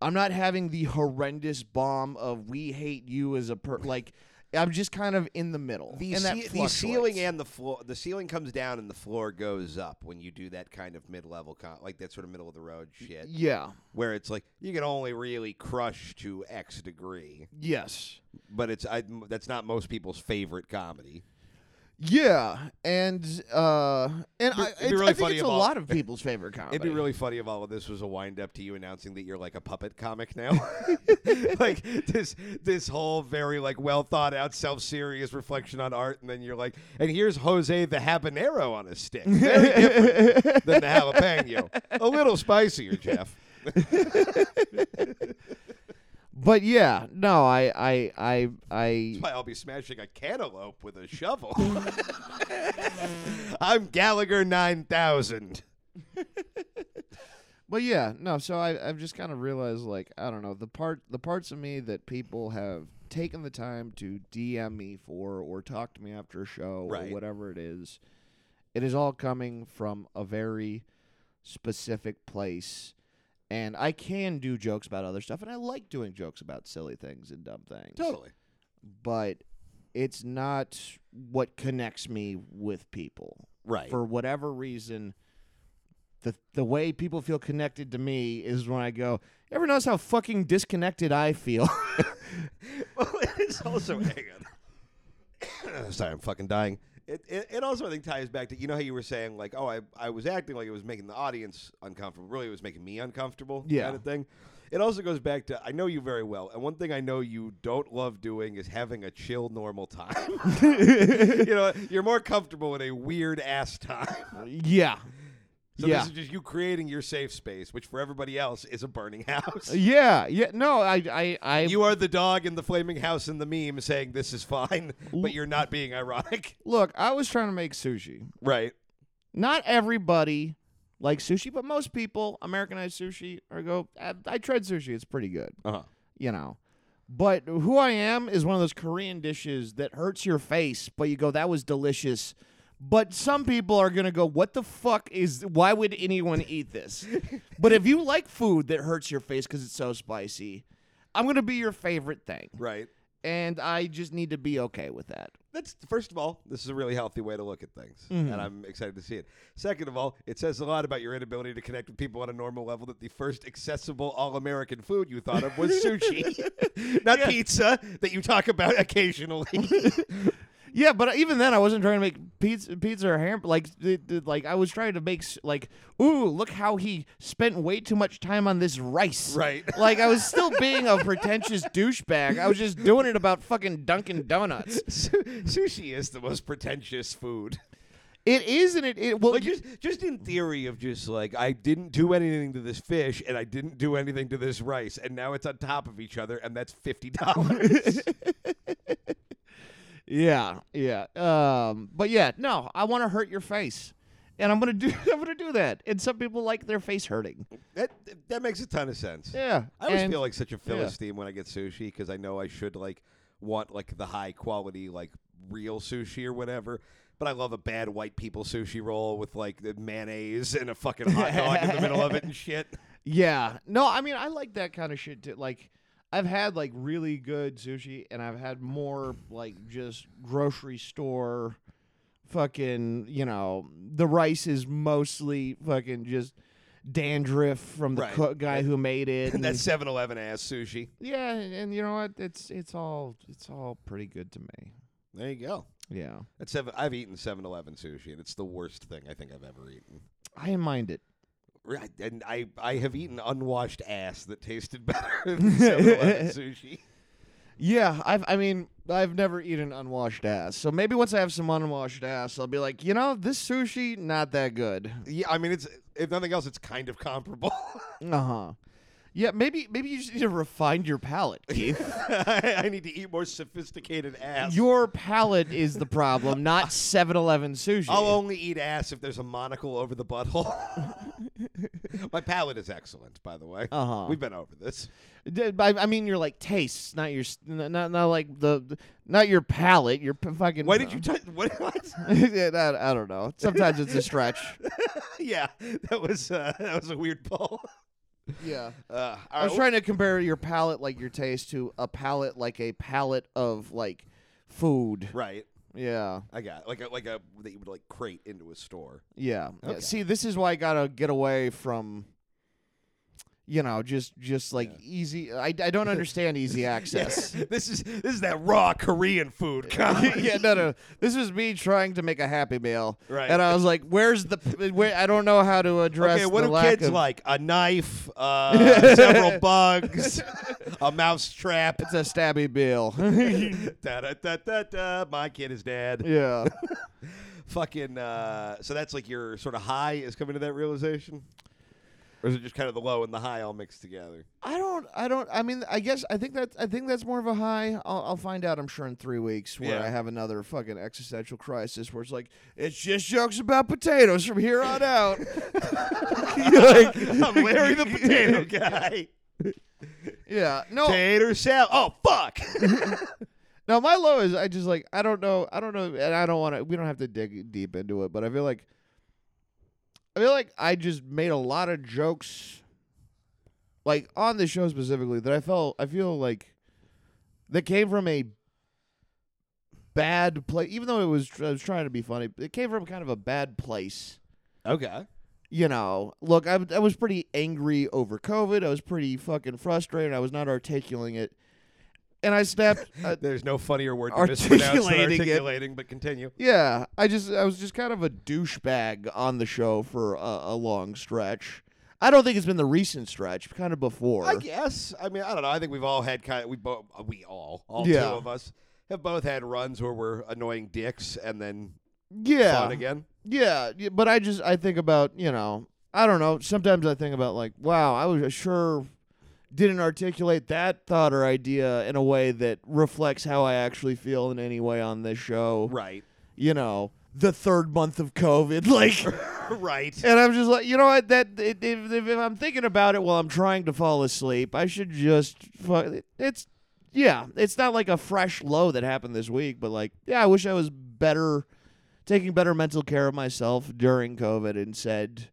i'm not having the horrendous bomb of we hate you as a per like I'm just kind of in the middle.
The,
and that
ce- the ceiling
fluctuates.
and the floor, the ceiling comes down and the floor goes up when you do that kind of mid-level, con- like that sort of middle of the road shit,
Yeah.
where it's like you can only really crush to X degree,
Yes.
but it's I, that's not most people's favorite comedy.
Yeah, and uh, and I,
it'd be
it's-
really
I think
funny
it's
if
a
all-
lot of people's favorite comedy.
It'd be really funny if all of this was a wind up to you announcing that you're like a puppet comic now. like this this whole very like well thought out, self serious reflection on art, and then you're like, and here's Jose the habanero on a stick. Very different than the jalapeno. A little spicier, Jeff.
but yeah, no, I, I, I, I.
Why I'll be smashing a cantaloupe with a shovel. I'm Gallagher nine thousand.
But yeah, no. So I, I've just kind of realized, like, I don't know, the part, the parts of me that people have taken the time to DM me for, or talk to me after a show,
Right.
or whatever it is, it is all coming from a very specific place. And I can do jokes about other stuff, and I like doing jokes about silly things and dumb things.
Totally.
but it's not what connects me with people
Right.
for whatever reason. The, the way people feel connected to me is when I go, ever notice how fucking disconnected I feel?
well, it's also hang on. Sorry, I'm fucking dying. It, it, it also I think ties back to you know how you were saying like oh I, I was acting like it was making the audience uncomfortable really it was making me uncomfortable
Yeah.
kind of thing. It also goes back to I know you very well and one thing I know you don't love doing is having a chill normal time. you know you're more comfortable in a weird ass time.
yeah.
So
yeah.
this is just you creating your safe space, which for everybody else is a burning house.
yeah. Yeah. No, I, I, I,
You are the dog in the flaming house in the meme saying this is fine, but you're not being ironic.
look, I was trying to make sushi.
Right.
Not everybody likes sushi, but most people, Americanized sushi, or go, I, I tried sushi. It's pretty good.
Uh-huh.
you know. But who I am is one of those Korean dishes that hurts your face, but you go, that was delicious. But some people are going to go, what the fuck is, why would anyone eat this? but if you like food that hurts your face because it's so spicy, I'm going to be your favorite thing.
Right.
And I just need to be okay with that.
That's first of all, this is a really healthy way to look at things, and I'm excited to see it. Second of all, it says a lot about your inability to connect with people on a normal level that the first accessible all-American food you thought of was sushi, not pizza that you talk about occasionally.
Yeah, but even then, I wasn't trying to make pizza, pizza or ham. Like, th- th- like I was trying to make s- like, ooh, look how he spent way too much time on this rice.
Right.
Like, I was still being a pretentious douchebag. I was just doing it about fucking Dunkin' Donuts.
Su- sushi is the most pretentious food.
It is, and it, it well,
Like just just in theory of just like I didn't do anything to this fish and I didn't do anything to this rice and now it's on top of each other and that's fifty dollars.
yeah, yeah. Um, but yeah, no, I want to hurt your face, and I'm gonna do, I'm gonna do that. And some people like their face hurting.
that that makes a ton of sense.
Yeah,
I always
and-
feel like such a philistine when I get sushi because I know I should like want like the high quality like real sushi or whatever. But I love a bad white people sushi roll with like the mayonnaise and a fucking hot dog in the middle of it and shit.
Yeah. No, I mean I like that kind of shit too. Like I've had like really good sushi and I've had more like just grocery store fucking, you know, the rice is mostly fucking just dandruff from the
Right.
cook guy who made it.
And that
and-
7-Eleven ass sushi.
yeah, and, and you know what? It's it's all it's all pretty good to me.
There you go.
Yeah.
That's seven, I've eaten 7-Eleven sushi, and it's the worst thing I think I've ever eaten.
I didn't mind it.
Right, and I, I have eaten unwashed ass that tasted better than 7-Eleven sushi.
Yeah, I've I mean, I've never eaten unwashed ass. So maybe once I have some unwashed ass, I'll be like, you know, this sushi not that good.
Yeah, I mean, it's if nothing else, it's kind of comparable.
Uh
Uh-huh.
huh. Yeah, maybe maybe you just need to refine your palate. Keith.
I, I need to eat more sophisticated ass.
your palate is the problem, not 7-Eleven sushi.
I'll only eat ass if there's a monocle over the butthole. My palate is excellent, by the way.
Uh-huh.
We've been over this.
D- I, I mean, your like tastes, not your s- n- not not like the the- not your palate. Your p- fucking.
Why did you touch? What? what?
Yeah, I, I don't know. Sometimes it's a stretch.
yeah, that was uh, that was a weird pull.
yeah.
Uh, all
I was
right,
trying to compare your palate, like your taste, to a palate like a palate of like food.
Right.
Yeah.
I got it. like a like a that you would like crate into a store.
Yeah. yeah.
Okay.
See, this is why I gotta get away from. You know, just just like easy. I, I don't understand easy access.
this is this is that raw Korean food.
yeah, no, no. This is me trying to make a Happy Meal,
Right.
And I was like, "Where's the? Where, I don't know how to address."
Okay, what
the
do
lack
kids
of-
like? A knife, uh, several bugs, a mouse trap.
It's a stabby bill.
da, da, da, da, da. My kid is dead.
yeah.
Fucking. Uh, so that's like your sort of high is coming to that realization, or is it just kind of the low and the high all mixed together?
I don't. I don't. I mean, I guess I think that I think that's more of a high. I'll, I'll find out. I'm sure in three weeks where
Yeah.
I have another fucking existential crisis where it's like it's just jokes about potatoes from here on out. Like,
I'm Larry the potato guy.
yeah. No.
Potato salad. Oh fuck.
No. My low is I just like I don't know. I don't know, and I don't want to. We don't have to dig deep into it, but I feel like I feel like I just made a lot of jokes, like on the show specifically that I felt I feel like that came from a bad place. Even though it was I was trying to be funny, it came from kind of a bad place.
okay.
You know, look, I, I was pretty angry over COVID. I was pretty fucking frustrated. I was not articulating it, and I snapped. uh,
There's no funnier word to
Articulating
mispronounce than
it.
articulating, but continue.
Yeah, I just I was just kind of a douchebag on the show for a, a long stretch. I don't think it's been the recent stretch, kind of before.
I guess. I mean, I don't know. I think we've all had kind of we both we all all
Yeah.
two of us have both had runs where we're annoying dicks and then
yeah,
fun again.
yeah, yeah, but I just I think about you know I don't know. Sometimes I think about like wow, I was I sure didn't articulate that thought or idea in a way that reflects how I actually feel in any way on this show.
Right.
You know, the third month of COVID, like.
right.
And I'm just like, you know what? That if, if, if I'm thinking about it while I'm trying to fall asleep, I should just. Fu- it's yeah, it's not like a fresh low that happened this week, but like, yeah, I wish I was better, taking better mental care of myself during COVID and said,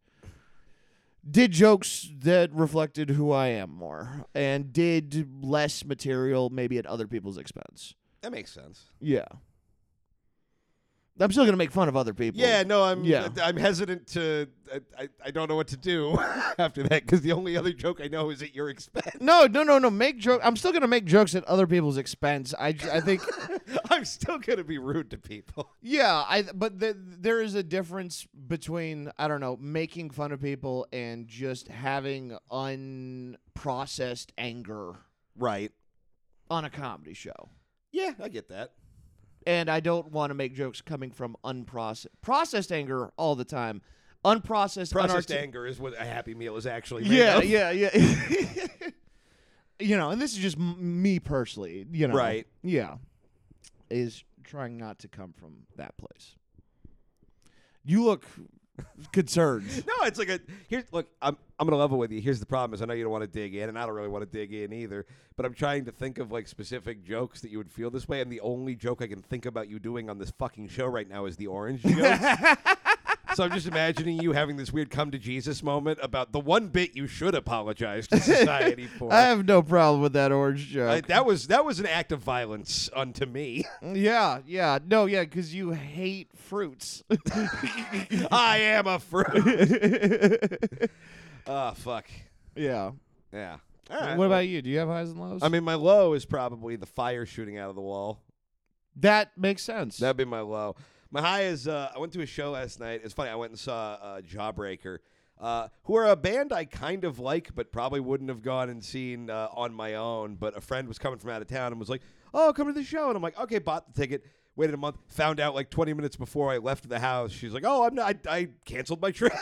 did jokes that reflected who I am more and did less material maybe at other people's expense.
That makes sense.
Yeah. I'm still gonna make fun of other people.
Yeah, no, I'm uh,
Yeah.
I'm hesitant to I, I, I don't know what to do after that cuz the only other joke I know is at your expense.
No, no, no, no. Make joke. I'm still gonna make jokes at other people's expense. I, j- I think,
I'm still going to be rude to people.
yeah. I but th- there is a difference between I don't know making fun of people and just having unprocessed anger
Right.
on a comedy show.
Yeah, I get that.
And I don't want to make jokes coming from unprocessed processed anger all the time. Unprocessed,
Processed
unartic-
anger is what a happy meal is actually made
Yeah,
of.
yeah, yeah. you know, and this is just m- me personally. You know,
Right.
Yeah, is trying not to come from that place. You look concerned.
No, it's like a here's look. I'm I'm gonna level with you. Here's the problem: is I know you don't want to dig in, and I don't really want to dig in either. But I'm trying to think of like specific jokes that you would feel this way, and the only joke I can think about you doing on this fucking show right now is the orange joke. so I'm just imagining you having this weird come to Jesus moment about the one bit you should apologize to society for.
I have no problem with that orange
I-
joke.
that was that was an act of violence unto me.
yeah, yeah, no, yeah, because you hate fruits.
I am a fruit. Ah, fuck.
yeah.
Yeah. All right.
What about you? Do you have highs and lows?
I mean, my low is probably the fire shooting out of the wall.
that makes sense.
That'd be my low. My high is uh, I went to a show last night. It's funny. I went and saw uh, Jawbreaker, uh, who are a band I kind of like, but probably wouldn't have gone and seen uh, on my own. But a friend was coming from out of town and was like, "Oh, come to the show," and I'm like, "Okay," bought the ticket. Waited a month, found out like 20 minutes before I left the house. She's like, "Oh, I'm not. I, I canceled my trip."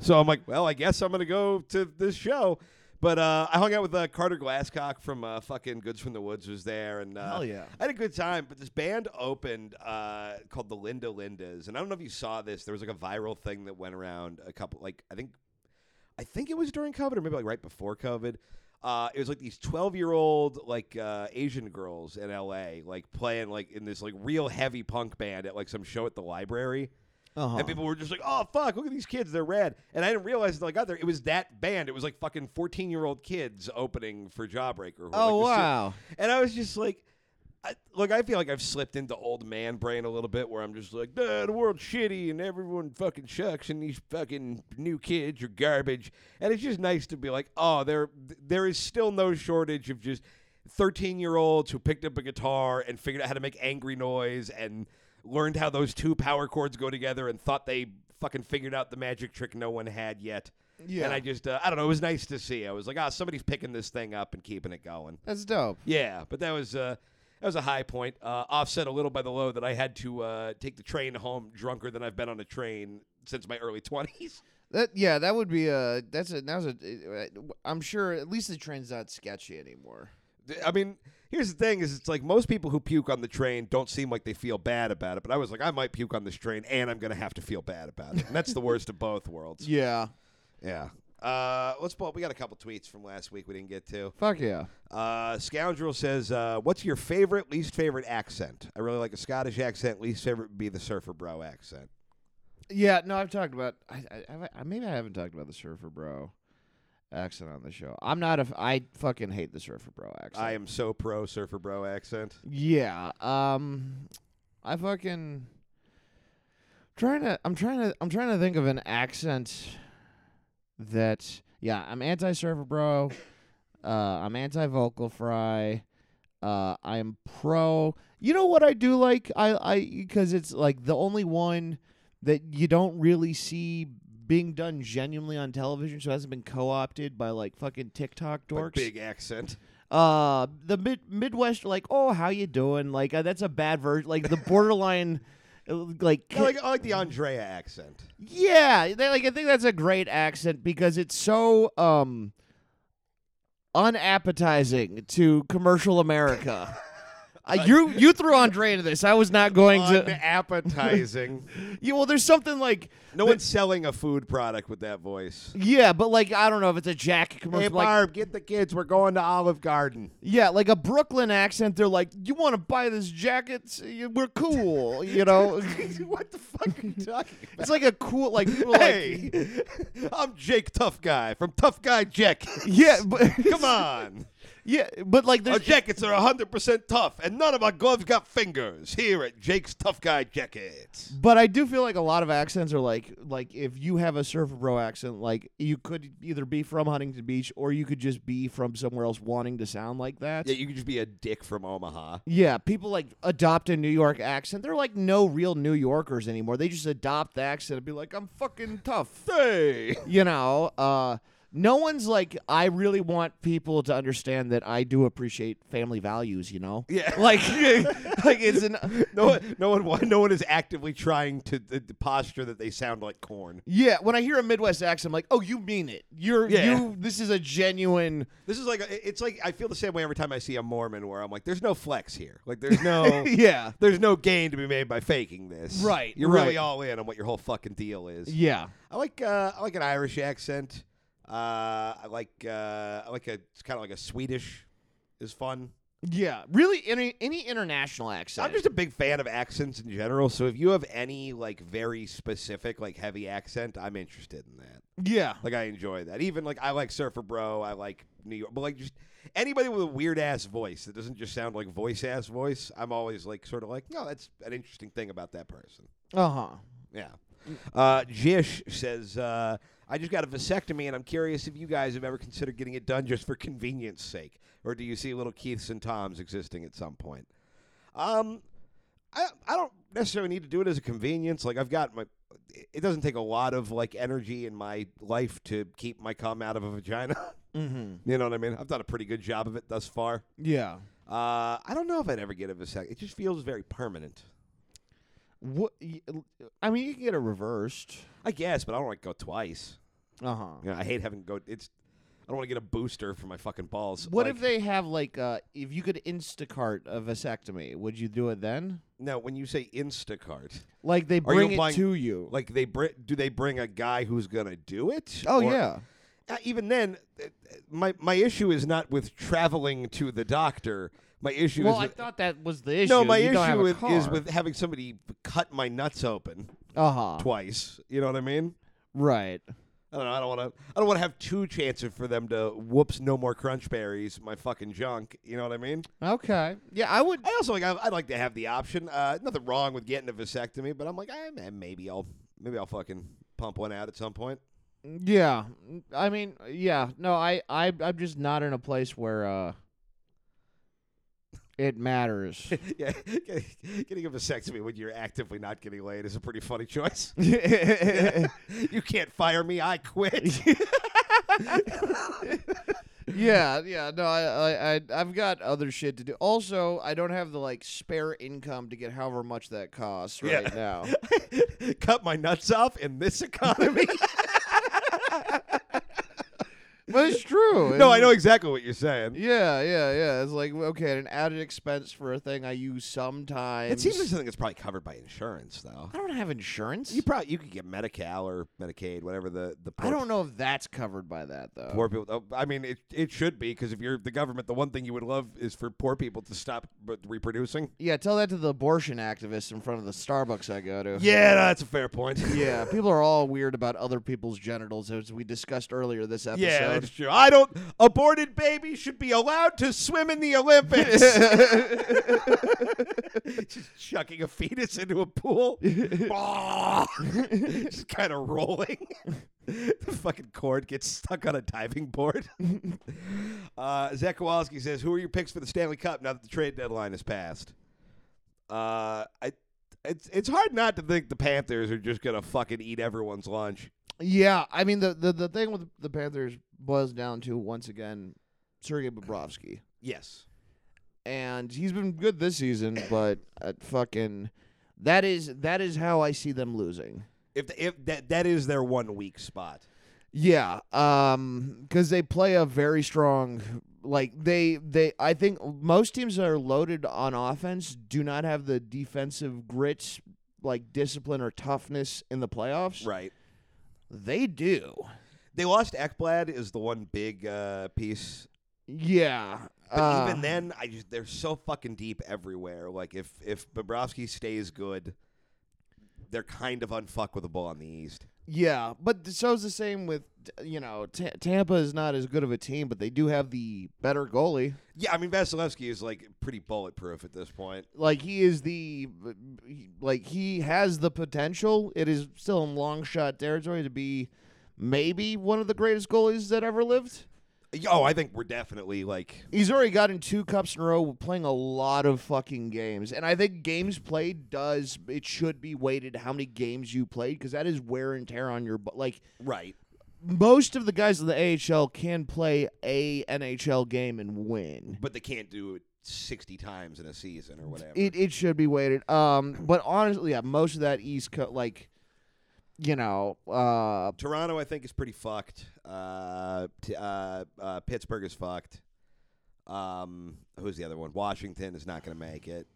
so I'm like, "Well, I guess I'm gonna go to this show." But uh, I hung out with uh, Carter Glasscock from uh, fucking Goods from the Woods was there, and uh,
Hell yeah.
I had a good time, but this band opened uh, called the Linda Lindas, and I don't know if you saw this. There was like a viral thing that went around a couple, like I think, I think it was during COVID or maybe like right before COVID. Uh, it was like these twelve-year-old like uh, Asian girls in LA, like playing like in this like real heavy punk band at like some show at the library.
uh-huh.
And people were just like, "Oh fuck, look at these kids, they're rad." And I didn't realize until I got there, it was that band. It was like fucking fourteen-year-old kids opening for Jawbreaker. who were,
oh
like, the su-
wow.
and I was just like, I, look, I feel like I've slipped into old man brain a little bit, where I'm just like, "Duh, the world's shitty and everyone fucking sucks, and these fucking new kids are garbage. And it's just nice to be like, oh, there, there is still no shortage of just 13 year olds who picked up a guitar and figured out how to make angry noise and learned how those two power chords go together and thought they fucking figured out the magic trick no one had yet.
Yeah.
And I just, uh, I don't know, it was nice to see. I was like, ah, somebody's picking this thing up and keeping it going.
That's dope.
Yeah, but that was uh, that was a high point, uh, offset a little by the low that I had to uh, take the train home drunker than I've been on a train since my early twenties.
That yeah, that would be a that's a that was a I'm sure at least the train's not sketchy anymore.
I mean, here's the thing: is it's like most people who puke on the train don't seem like they feel bad about it, but I was like, I might puke on this train, and I'm gonna have to feel bad about it, and that's the worst of both worlds.
Yeah.
Yeah. Uh, let's pull. We got a couple tweets from last week we didn't get to.
Fuck yeah.
Uh, Scoundrel says, uh, "What's your favorite, least favorite accent? I really like a Scottish accent. Least favorite would be the surfer bro accent."
Yeah, no, I've talked about I, I, have I maybe I haven't talked about the surfer bro accent on the show. I'm not a f- I fucking hate the surfer bro accent.
I am so pro surfer bro accent.
yeah, um, I fucking trying to I'm trying to I'm trying to think of an accent that yeah I'm anti surfer bro. Uh, I'm anti vocal fry. Uh, I am pro. You know what I do like? I I because it's like the only one that you don't really see being done genuinely on television, so it hasn't been co opted by like fucking TikTok
Like,
dorks.
big accent.
Uh, the mid Midwest, like, oh, how you doing? Like, uh, that's a bad version. Like the borderline, uh, like,
I like, I like the Andrea accent.
yeah, they, like I think that's a great accent because it's so um unappetizing to commercial America. Uh, you you threw Andre into this. I was not going to.
Unappetizing.
You, well, there's something like
no one's selling a food product with that voice.
yeah, but like I don't know if it's a Jack
Hey,
commercial. like,
Barb, get the kids. We're going to Olive Garden.
Yeah, like a Brooklyn accent. They're like, "You want to buy this jacket? S- y- We're cool," you know.
what the fuck are you talking
it's like a cool, like people are
about?
like-
Hey, I'm Jake Tough Guy from Tough Guy Jack.
yeah, but
Come on.
yeah, but like
Our
there's
jackets are 100% tough, and none of our gloves got fingers here at Jake's Tough Guy Jackets.
But I do feel like a lot of accents are like like if you have a surfer bro accent, like you could either be from Huntington Beach or you could just be from somewhere else wanting to sound like that.
Yeah, you could just be a dick from Omaha.
Yeah, people like adopt a New York accent. They're like no real New Yorkers anymore. They just adopt the accent and be like, "I'm fucking tough,"
Hey.
you know. Uh, no one's like, I really want people to understand that I do appreciate family values. You know,
Yeah.
like like it's an
No one, no one, wa- no one is actively trying to, to, to posture that they sound like corn.
Yeah, when I hear a Midwest accent, I'm like, "Oh, you mean it? You're
Yeah.
you. This is a genuine.
This is like a, it's like I feel the same way every time I see a Mormon, where I'm like, there's no flex here. Like there's no,
Yeah,
there's no gain to be made by faking this.
Right,
You're really
right.
all in on what your whole fucking deal is.
yeah,
I like, uh, I like an Irish accent. Uh, I like, uh, I like a it's kind of like a Swedish is fun.
yeah. Really, any any international accent.
I'm just a big fan of accents in general. So if you have any like very specific like heavy accent, I'm interested in that.
yeah,
Like I enjoy that. Even like I like Surfer Bro. I like New York. But like just anybody with a weird ass voice that doesn't just sound like voice ass voice. I'm always like sort of like no, that's an interesting thing about that person.
uh huh.
Yeah. Uh, Jish says uh, I just got a vasectomy and I'm curious if you guys have ever considered getting it done just for convenience sake, or do you see little Keiths and Toms existing at some point? Um, I I don't necessarily need to do it as a convenience. Like I've got my, it doesn't take a lot of like energy in my life to keep my cum out of a vagina.
Mm-hmm.
you know what I mean? I've done a pretty good job of it thus far.
Yeah.
Uh, I don't know if I'd ever get a vasectomy. It just feels very permanent.
What? y- I mean, you can get it reversed.
I guess, but I don't want to go twice.
Uh huh.
You know, I hate having to go. It's I don't want to get a booster for my fucking balls.
What
Like,
if they have like uh if you could Instacart a vasectomy? Would you do it then?
No, when you say Instacart,
Like they bring it
implying-
to you.
like they br- do they bring a guy who's gonna do it?
oh
Or-
yeah.
Uh, even then, uh, uh, my my issue is not with traveling to the doctor. My issue
Well,
is
I
with,
thought that was the issue.
no. My
You don't
issue
have a
with is
car.
with having somebody cut my nuts open
uh huh.
twice. You know what I mean?
Right.
I don't know. I don't want to. I don't want to have two chances for them to. Whoops! No more crunch berries. My fucking junk. You know what I mean?
Okay. Yeah, I would.
I also like. I, I'd like to have the option. Uh, nothing wrong with getting a vasectomy, but I'm like, I, eh, maybe I'll, maybe I'll fucking pump one out at some point.
Yeah. I mean, yeah. No, I, I, I'm just not in a place where uh, it matters.
yeah, getting a vasectomy when you're actively not getting laid is a pretty funny choice. you can't fire me. I quit.
yeah, yeah. No, I, I, I, I've got other shit to do. Also, I don't have the like spare income to get however much that costs
Yeah.
right now.
Cut my nuts off in this economy.
But it's true.
no, I
It's-
know exactly what you're saying.
Yeah, yeah, yeah. It's like okay, an added expense for a thing I use sometimes.
It seems like something that's probably covered by insurance, though.
I don't have insurance.
You probably you could get Medi-Cal or Medicaid, whatever the the. Poor,
I don't know if that's covered by that though.
Poor people. oh, I mean, it it should be because if you're the government, the one thing you would love is for poor people to stop b- reproducing.
yeah, tell that to the abortion activists in front of the Starbucks I go to.
Yeah, no, that's a fair point.
Yeah, people are all weird about other people's genitals, as we discussed earlier this episode.
Yeah, that's true. I don't. Aborted babies should be allowed to swim in the Olympics. Just chucking a fetus into a pool. Ah! Just kind of rolling. the fucking cord gets stuck on a diving board. uh, Zach Kowalski says Who are your picks for the Stanley Cup now that the trade deadline has passed? Uh, I. It's, it's hard not to think the Panthers are just gonna fucking eat everyone's lunch.
Yeah, I mean the, the the thing with the Panthers boils down to once again Sergei Bobrovsky,
Yes.
and he's been good this season, but uh, fucking that is that is how I see them losing.
If, if that that is their one weak spot.
Yeah, um, because they play a very strong like they they I think most teams that are loaded on offense do not have the defensive grit, like discipline or toughness in the playoffs.
Right.
They do.
They lost Ekblad is the one big uh, piece.
Yeah.
But
uh,
even then, I just they're so fucking deep everywhere. Like if if Bobrovsky stays good, they're kind of unfuckable on the East.
Yeah, but th- so's the same with you know t- Tampa is not as good of a team, but they do have the better goalie.
Yeah, I mean Vasilevsky is like pretty bulletproof at this point.
Like he is the like he has the potential. It is still in long shot territory to be maybe one of the greatest goalies that ever lived.
Oh, I think we're definitely like
He's already gotten two cups in a row, playing a lot of fucking games, and I think games played does it should be weighted how many games you played because that is wear and tear on your bu- like
right.
most of the guys in the AHL can play a NHL game and win.
But they can't do it sixty times in a season or whatever.
It it should be weighted. Um, but honestly, yeah, most of that East Coast, like, you know, uh,
Toronto, I think, is pretty fucked. Uh, t- uh, uh, Pittsburgh is fucked. Um, who's the other one? Washington is not going to make it.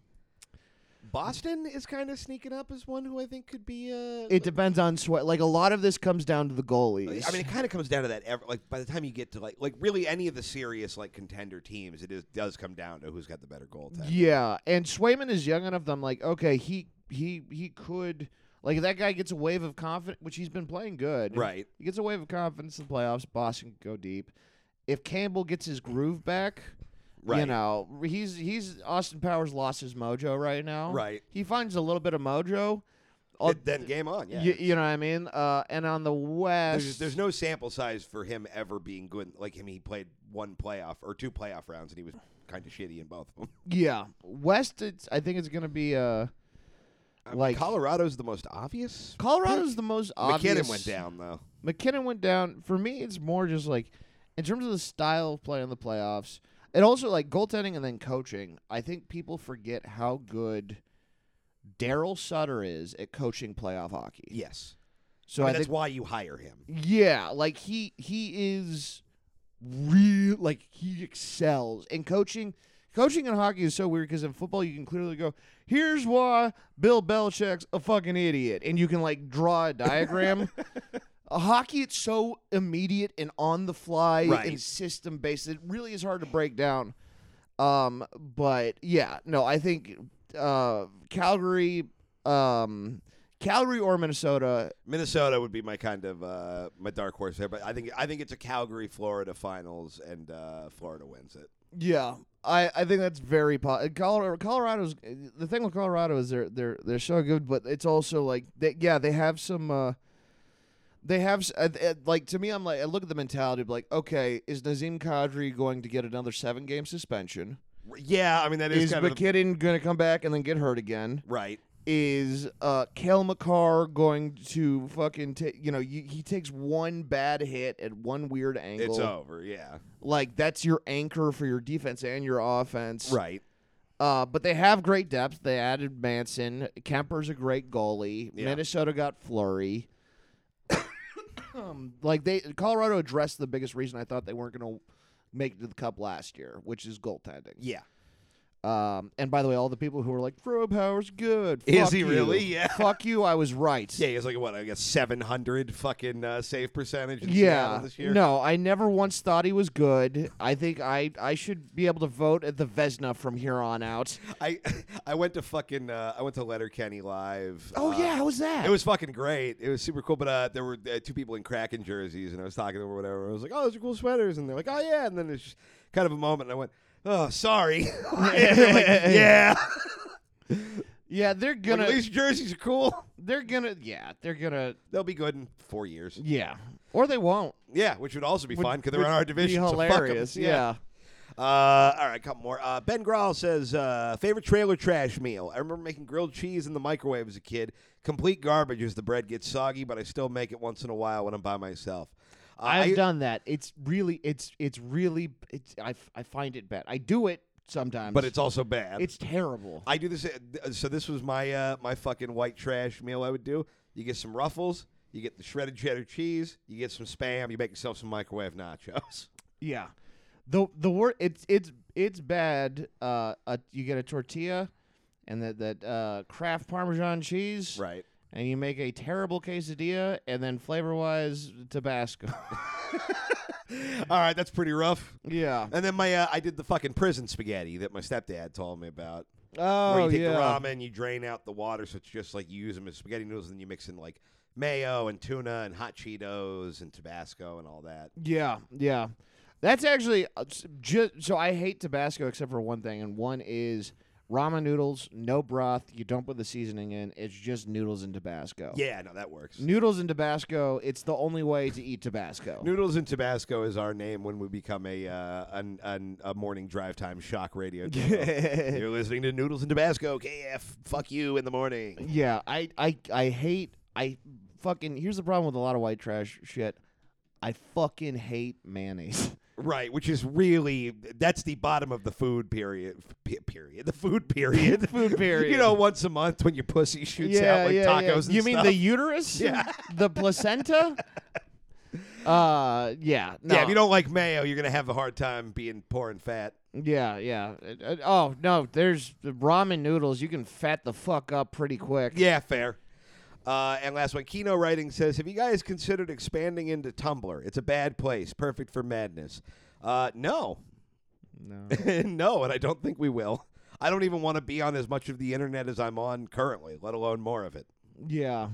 Boston is kind of sneaking up as one who I think could be. Uh,
it depends on sweat. Like a lot of this comes down to the goalies.
I mean, it kind of comes down to that. ev- Like by the time you get to like, like really any of the serious like contender teams, it is, does come down to who's got the better goaltender.
yeah, and Swayman is young enough. That I'm like, okay, he he he could. Like if that guy gets a wave of confidence, which he's been playing good,
Right.
He gets a wave of confidence in the playoffs. Boston could go deep. If Campbell gets his groove back,
Right.
You know, he's he's Austin Powers lost his mojo right now.
Right.
He finds a little bit of mojo. All-
Th- then game on. Yeah.
y- you know what I mean? Uh, and on the West,
There's, there's no sample size for him ever being good. Like him, he played one playoff or two playoff rounds, and he was kind of shitty in both of them.
yeah, West. It's I think it's gonna be uh,
I mean,
Like-
Colorado's the most obvious.
Colorado's the most obvious.
McKinnon went down though.
McKinnon went down. For me, it's more just like in terms of the style of play in the playoffs, and also like goaltending and then coaching. I think people forget how good Daryl Sutter is at coaching playoff hockey.
Yes,
So
I mean,
I
that's
think
why you hire him.
yeah, like he he is real like he excels in coaching. Coaching in hockey is so weird because in football you can clearly go, here's why Bill Belichick's a fucking idiot, and you can like draw a diagram. Uh, hockey, it's so immediate and on the fly
Right.
and system based. It really is hard to break down. Um, but yeah, no, I think uh, Calgary um,
Calgary or Minnesota.
Minnesota would be my kind of uh, my dark horse there, but I think I think it's a Calgary Florida finals and uh, Florida wins it.
Yeah.
I, I think that's very po- Colorado. Colorado's the thing with Colorado is they're they're they're so good, but it's also like they, yeah they have some uh, they have s- uh, uh, like to me I'm like I look at the mentality of like okay is Nazim Kadri going to get another seven game suspension?
R- Yeah, I mean that is,
Is
kind of the-
McKinnon going to come back and then get hurt again?
right.
Is uh Kale McCarr going to fucking ta- you know you, he takes one bad hit at one weird angle
It's over. Yeah,
like that's your anchor for your defense and your offense
right.
Uh, but they have great depth. They added Manson. Kemper's a great goalie.
Yeah.
Minnesota got Flurry. um, like they, Colorado addressed the biggest reason I thought they weren't going to make it to the Cup last year, which is goaltending.
Yeah,
Um, and by the way, all the people who were like, "Rob Howard's good,"
Is
Fuck
he
you.
really? Yeah.
Fuck you. I was right.
yeah. He's like what? I guess seven hundred fucking uh, save percentage. In
Yeah.
Seattle this year.
No, I never once thought he was good. I think I I should be able to vote at the Vesna from here on out.
I I went to fucking uh, I went to Letterkenny live.
Oh
uh,
yeah, how was that?
It was fucking great. It was super cool. But uh, there were uh, two people in Kraken jerseys, and I was talking to them or whatever. I was like, "Oh, those are cool sweaters," and they're like, "Oh yeah." And then it's just kind of a moment, and I went, "Oh, sorry." And they're like, yeah.
yeah, they're
Like,
gonna
at least jerseys are cool.
They're gonna, yeah, they're gonna,
They'll be good in four years.
yeah, or they won't.
Yeah, which would also be
Would-
fun because they're in
would
our
be
division. so fuck 'em.
hilarious, yeah.
Uh, all right, a couple more. Uh, ben Grawl says uh, favorite trailer trash meal. I remember making grilled cheese in the microwave as a kid. Complete garbage as the bread gets soggy, but I still make it once in a while when I'm by myself. Uh,
I've
I-
done that. It's really, it's, it's really, it's. I, f- I find it bad. I do it sometimes,
but it's also bad.
it's terrible.
I do this. So this was my uh, my fucking white trash meal I would do. You get some ruffles, you get the shredded cheddar cheese, you get some spam, you make yourself some microwave nachos.
yeah. The the word it's it's it's bad. Uh, a, you get a tortilla, and that that uh, Kraft Parmesan cheese,
Right.
And you make a terrible quesadilla, and then flavor wise Tabasco.
All right, that's pretty rough.
yeah.
And then my uh, I did the fucking prison spaghetti that my stepdad told me about.
Oh
where you take
yeah.
the ramen, you drain out the water, so it's just like you use them as spaghetti noodles, and then you mix in like mayo and tuna and hot Cheetos and Tabasco and all that.
Yeah, yeah. That's actually just so I hate Tabasco except for one thing, and one is ramen noodles, no broth. You don't put the seasoning in. It's just noodles and Tabasco.
Yeah, no, that works.
Noodles and Tabasco. It's the only way to eat Tabasco.
Noodles and Tabasco is our name when we become a uh, an, an, a morning drive time shock radio. channel. You're listening to Noodles and Tabasco, KF. Fuck you in the morning.
yeah, I, I, I hate. I fucking. Here's the problem with a lot of white trash shit. I fucking hate mayonnaise.
Right, which is really that's the bottom of the food period. P- period, the food period.
Food period.
you know, once a month when your pussy shoots out like tacos. And
you mean
stuff.
the uterus?
Yeah.
the placenta. Uh, yeah. No.
Yeah, if you don't like mayo, you're gonna have a hard time being poor and fat.
Yeah, yeah. It- it- oh no, there's the ramen noodles. You can fat the fuck up pretty quick.
Yeah, fair. Uh, and last one, Kino Writing says, "Have you guys considered expanding into Tumblr? It's a bad place, perfect for madness." Uh, no,
No.
no, and I don't think we will. I don't even want to be on as much of the internet as I'm on currently, let alone more of it.
Yeah.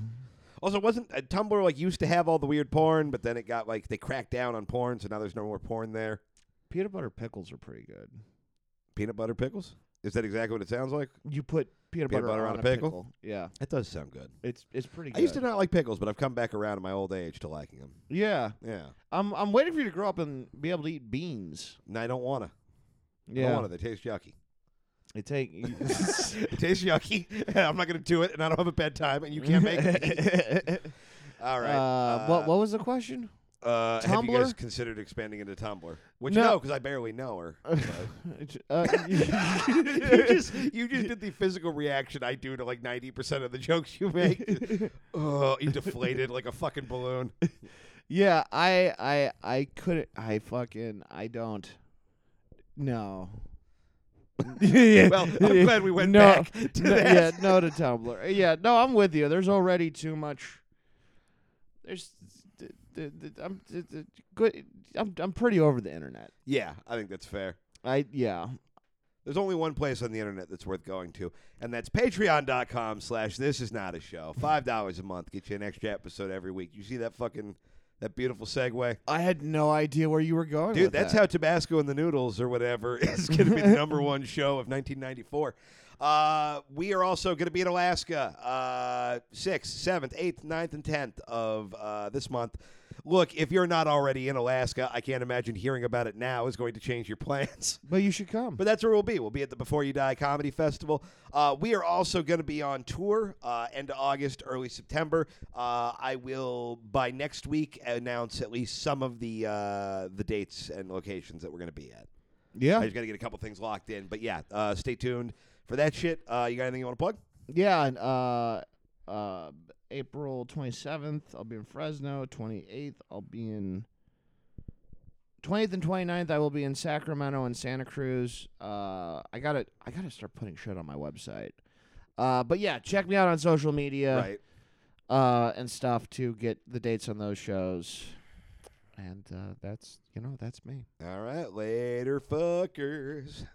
Also, wasn't uh, Tumblr like used to have all the weird porn, but then it got like they cracked down on porn, so now there's no more porn there.
Peanut butter pickles are pretty good.
Peanut butter pickles? Is that exactly what it sounds like?
You put peanut,
Peanut butter on a pickle?
Yeah,
That does sound good.
it's it's pretty. good.
I used to not like pickles, but I've come back around in my old age to liking them.
Yeah,
Yeah.
I'm I'm waiting for you to grow up and be able to eat beans.
And I don't want to. I
Yeah,
don't want to. They taste yucky.
it take.
It tastes yucky. and I'm not going to do it, and I don't have a bedtime, and you can't make it. All right.
Uh, what what was the question?
uh, Have you guys
Tumblr?
considered expanding into Tumblr? Which
No.
no, because I barely know her. but-
Uh,
you just you just did the physical reaction I do to like 90 percent of the jokes you make. oh, you deflated like a fucking balloon.
yeah, I I I couldn't. I fucking I don't. No.
Well, I'm glad we went back to
no,
that.
Yeah, no to Tumblr. Yeah, no, I'm with you. There's already too much. There's, th- th- th- I'm th- th- good. I'm I'm pretty over the internet.
Yeah, I think that's fair.
I yeah.
There's only one place on the internet that's worth going to, and that's patreon.com slash this is not a show. Five dollars a month gets you an extra episode every week. You see that fucking that beautiful segue?
I had no idea where you were going.
Dude,
with
that's
that.
how Tabasco and the Noodles or whatever is going to be the number one show of 1994. Uh, we are also going to be in Alaska uh, 6th, 7th, 8th, 9th, and 10th of uh, this month. Look, if you're not already in Alaska, I can't imagine hearing about it now is going to change your plans.
But you should come.
But that's where we'll be. We'll be at the Before You Die Comedy Festival. Uh, we are also going to be on tour uh, end of August, early September. Uh, I will by next week announce at least some of the uh, the dates and locations that we're going to be at.
Yeah.
I just got to get a couple things locked in, but yeah, uh, stay tuned for that shit. Uh, you got anything you want to plug?
Yeah, and, uh, uh, April 27th, I'll be in Fresno. 28th, I'll be in. 20th and 29th, I will be in Sacramento and Santa Cruz. Uh, I gotta, I gotta start putting shit on my website. Uh, but yeah, check me out on social media
Right.
uh, and stuff to get the dates on those shows. And uh, that's, you know, that's me.
All right. Later, fuckers.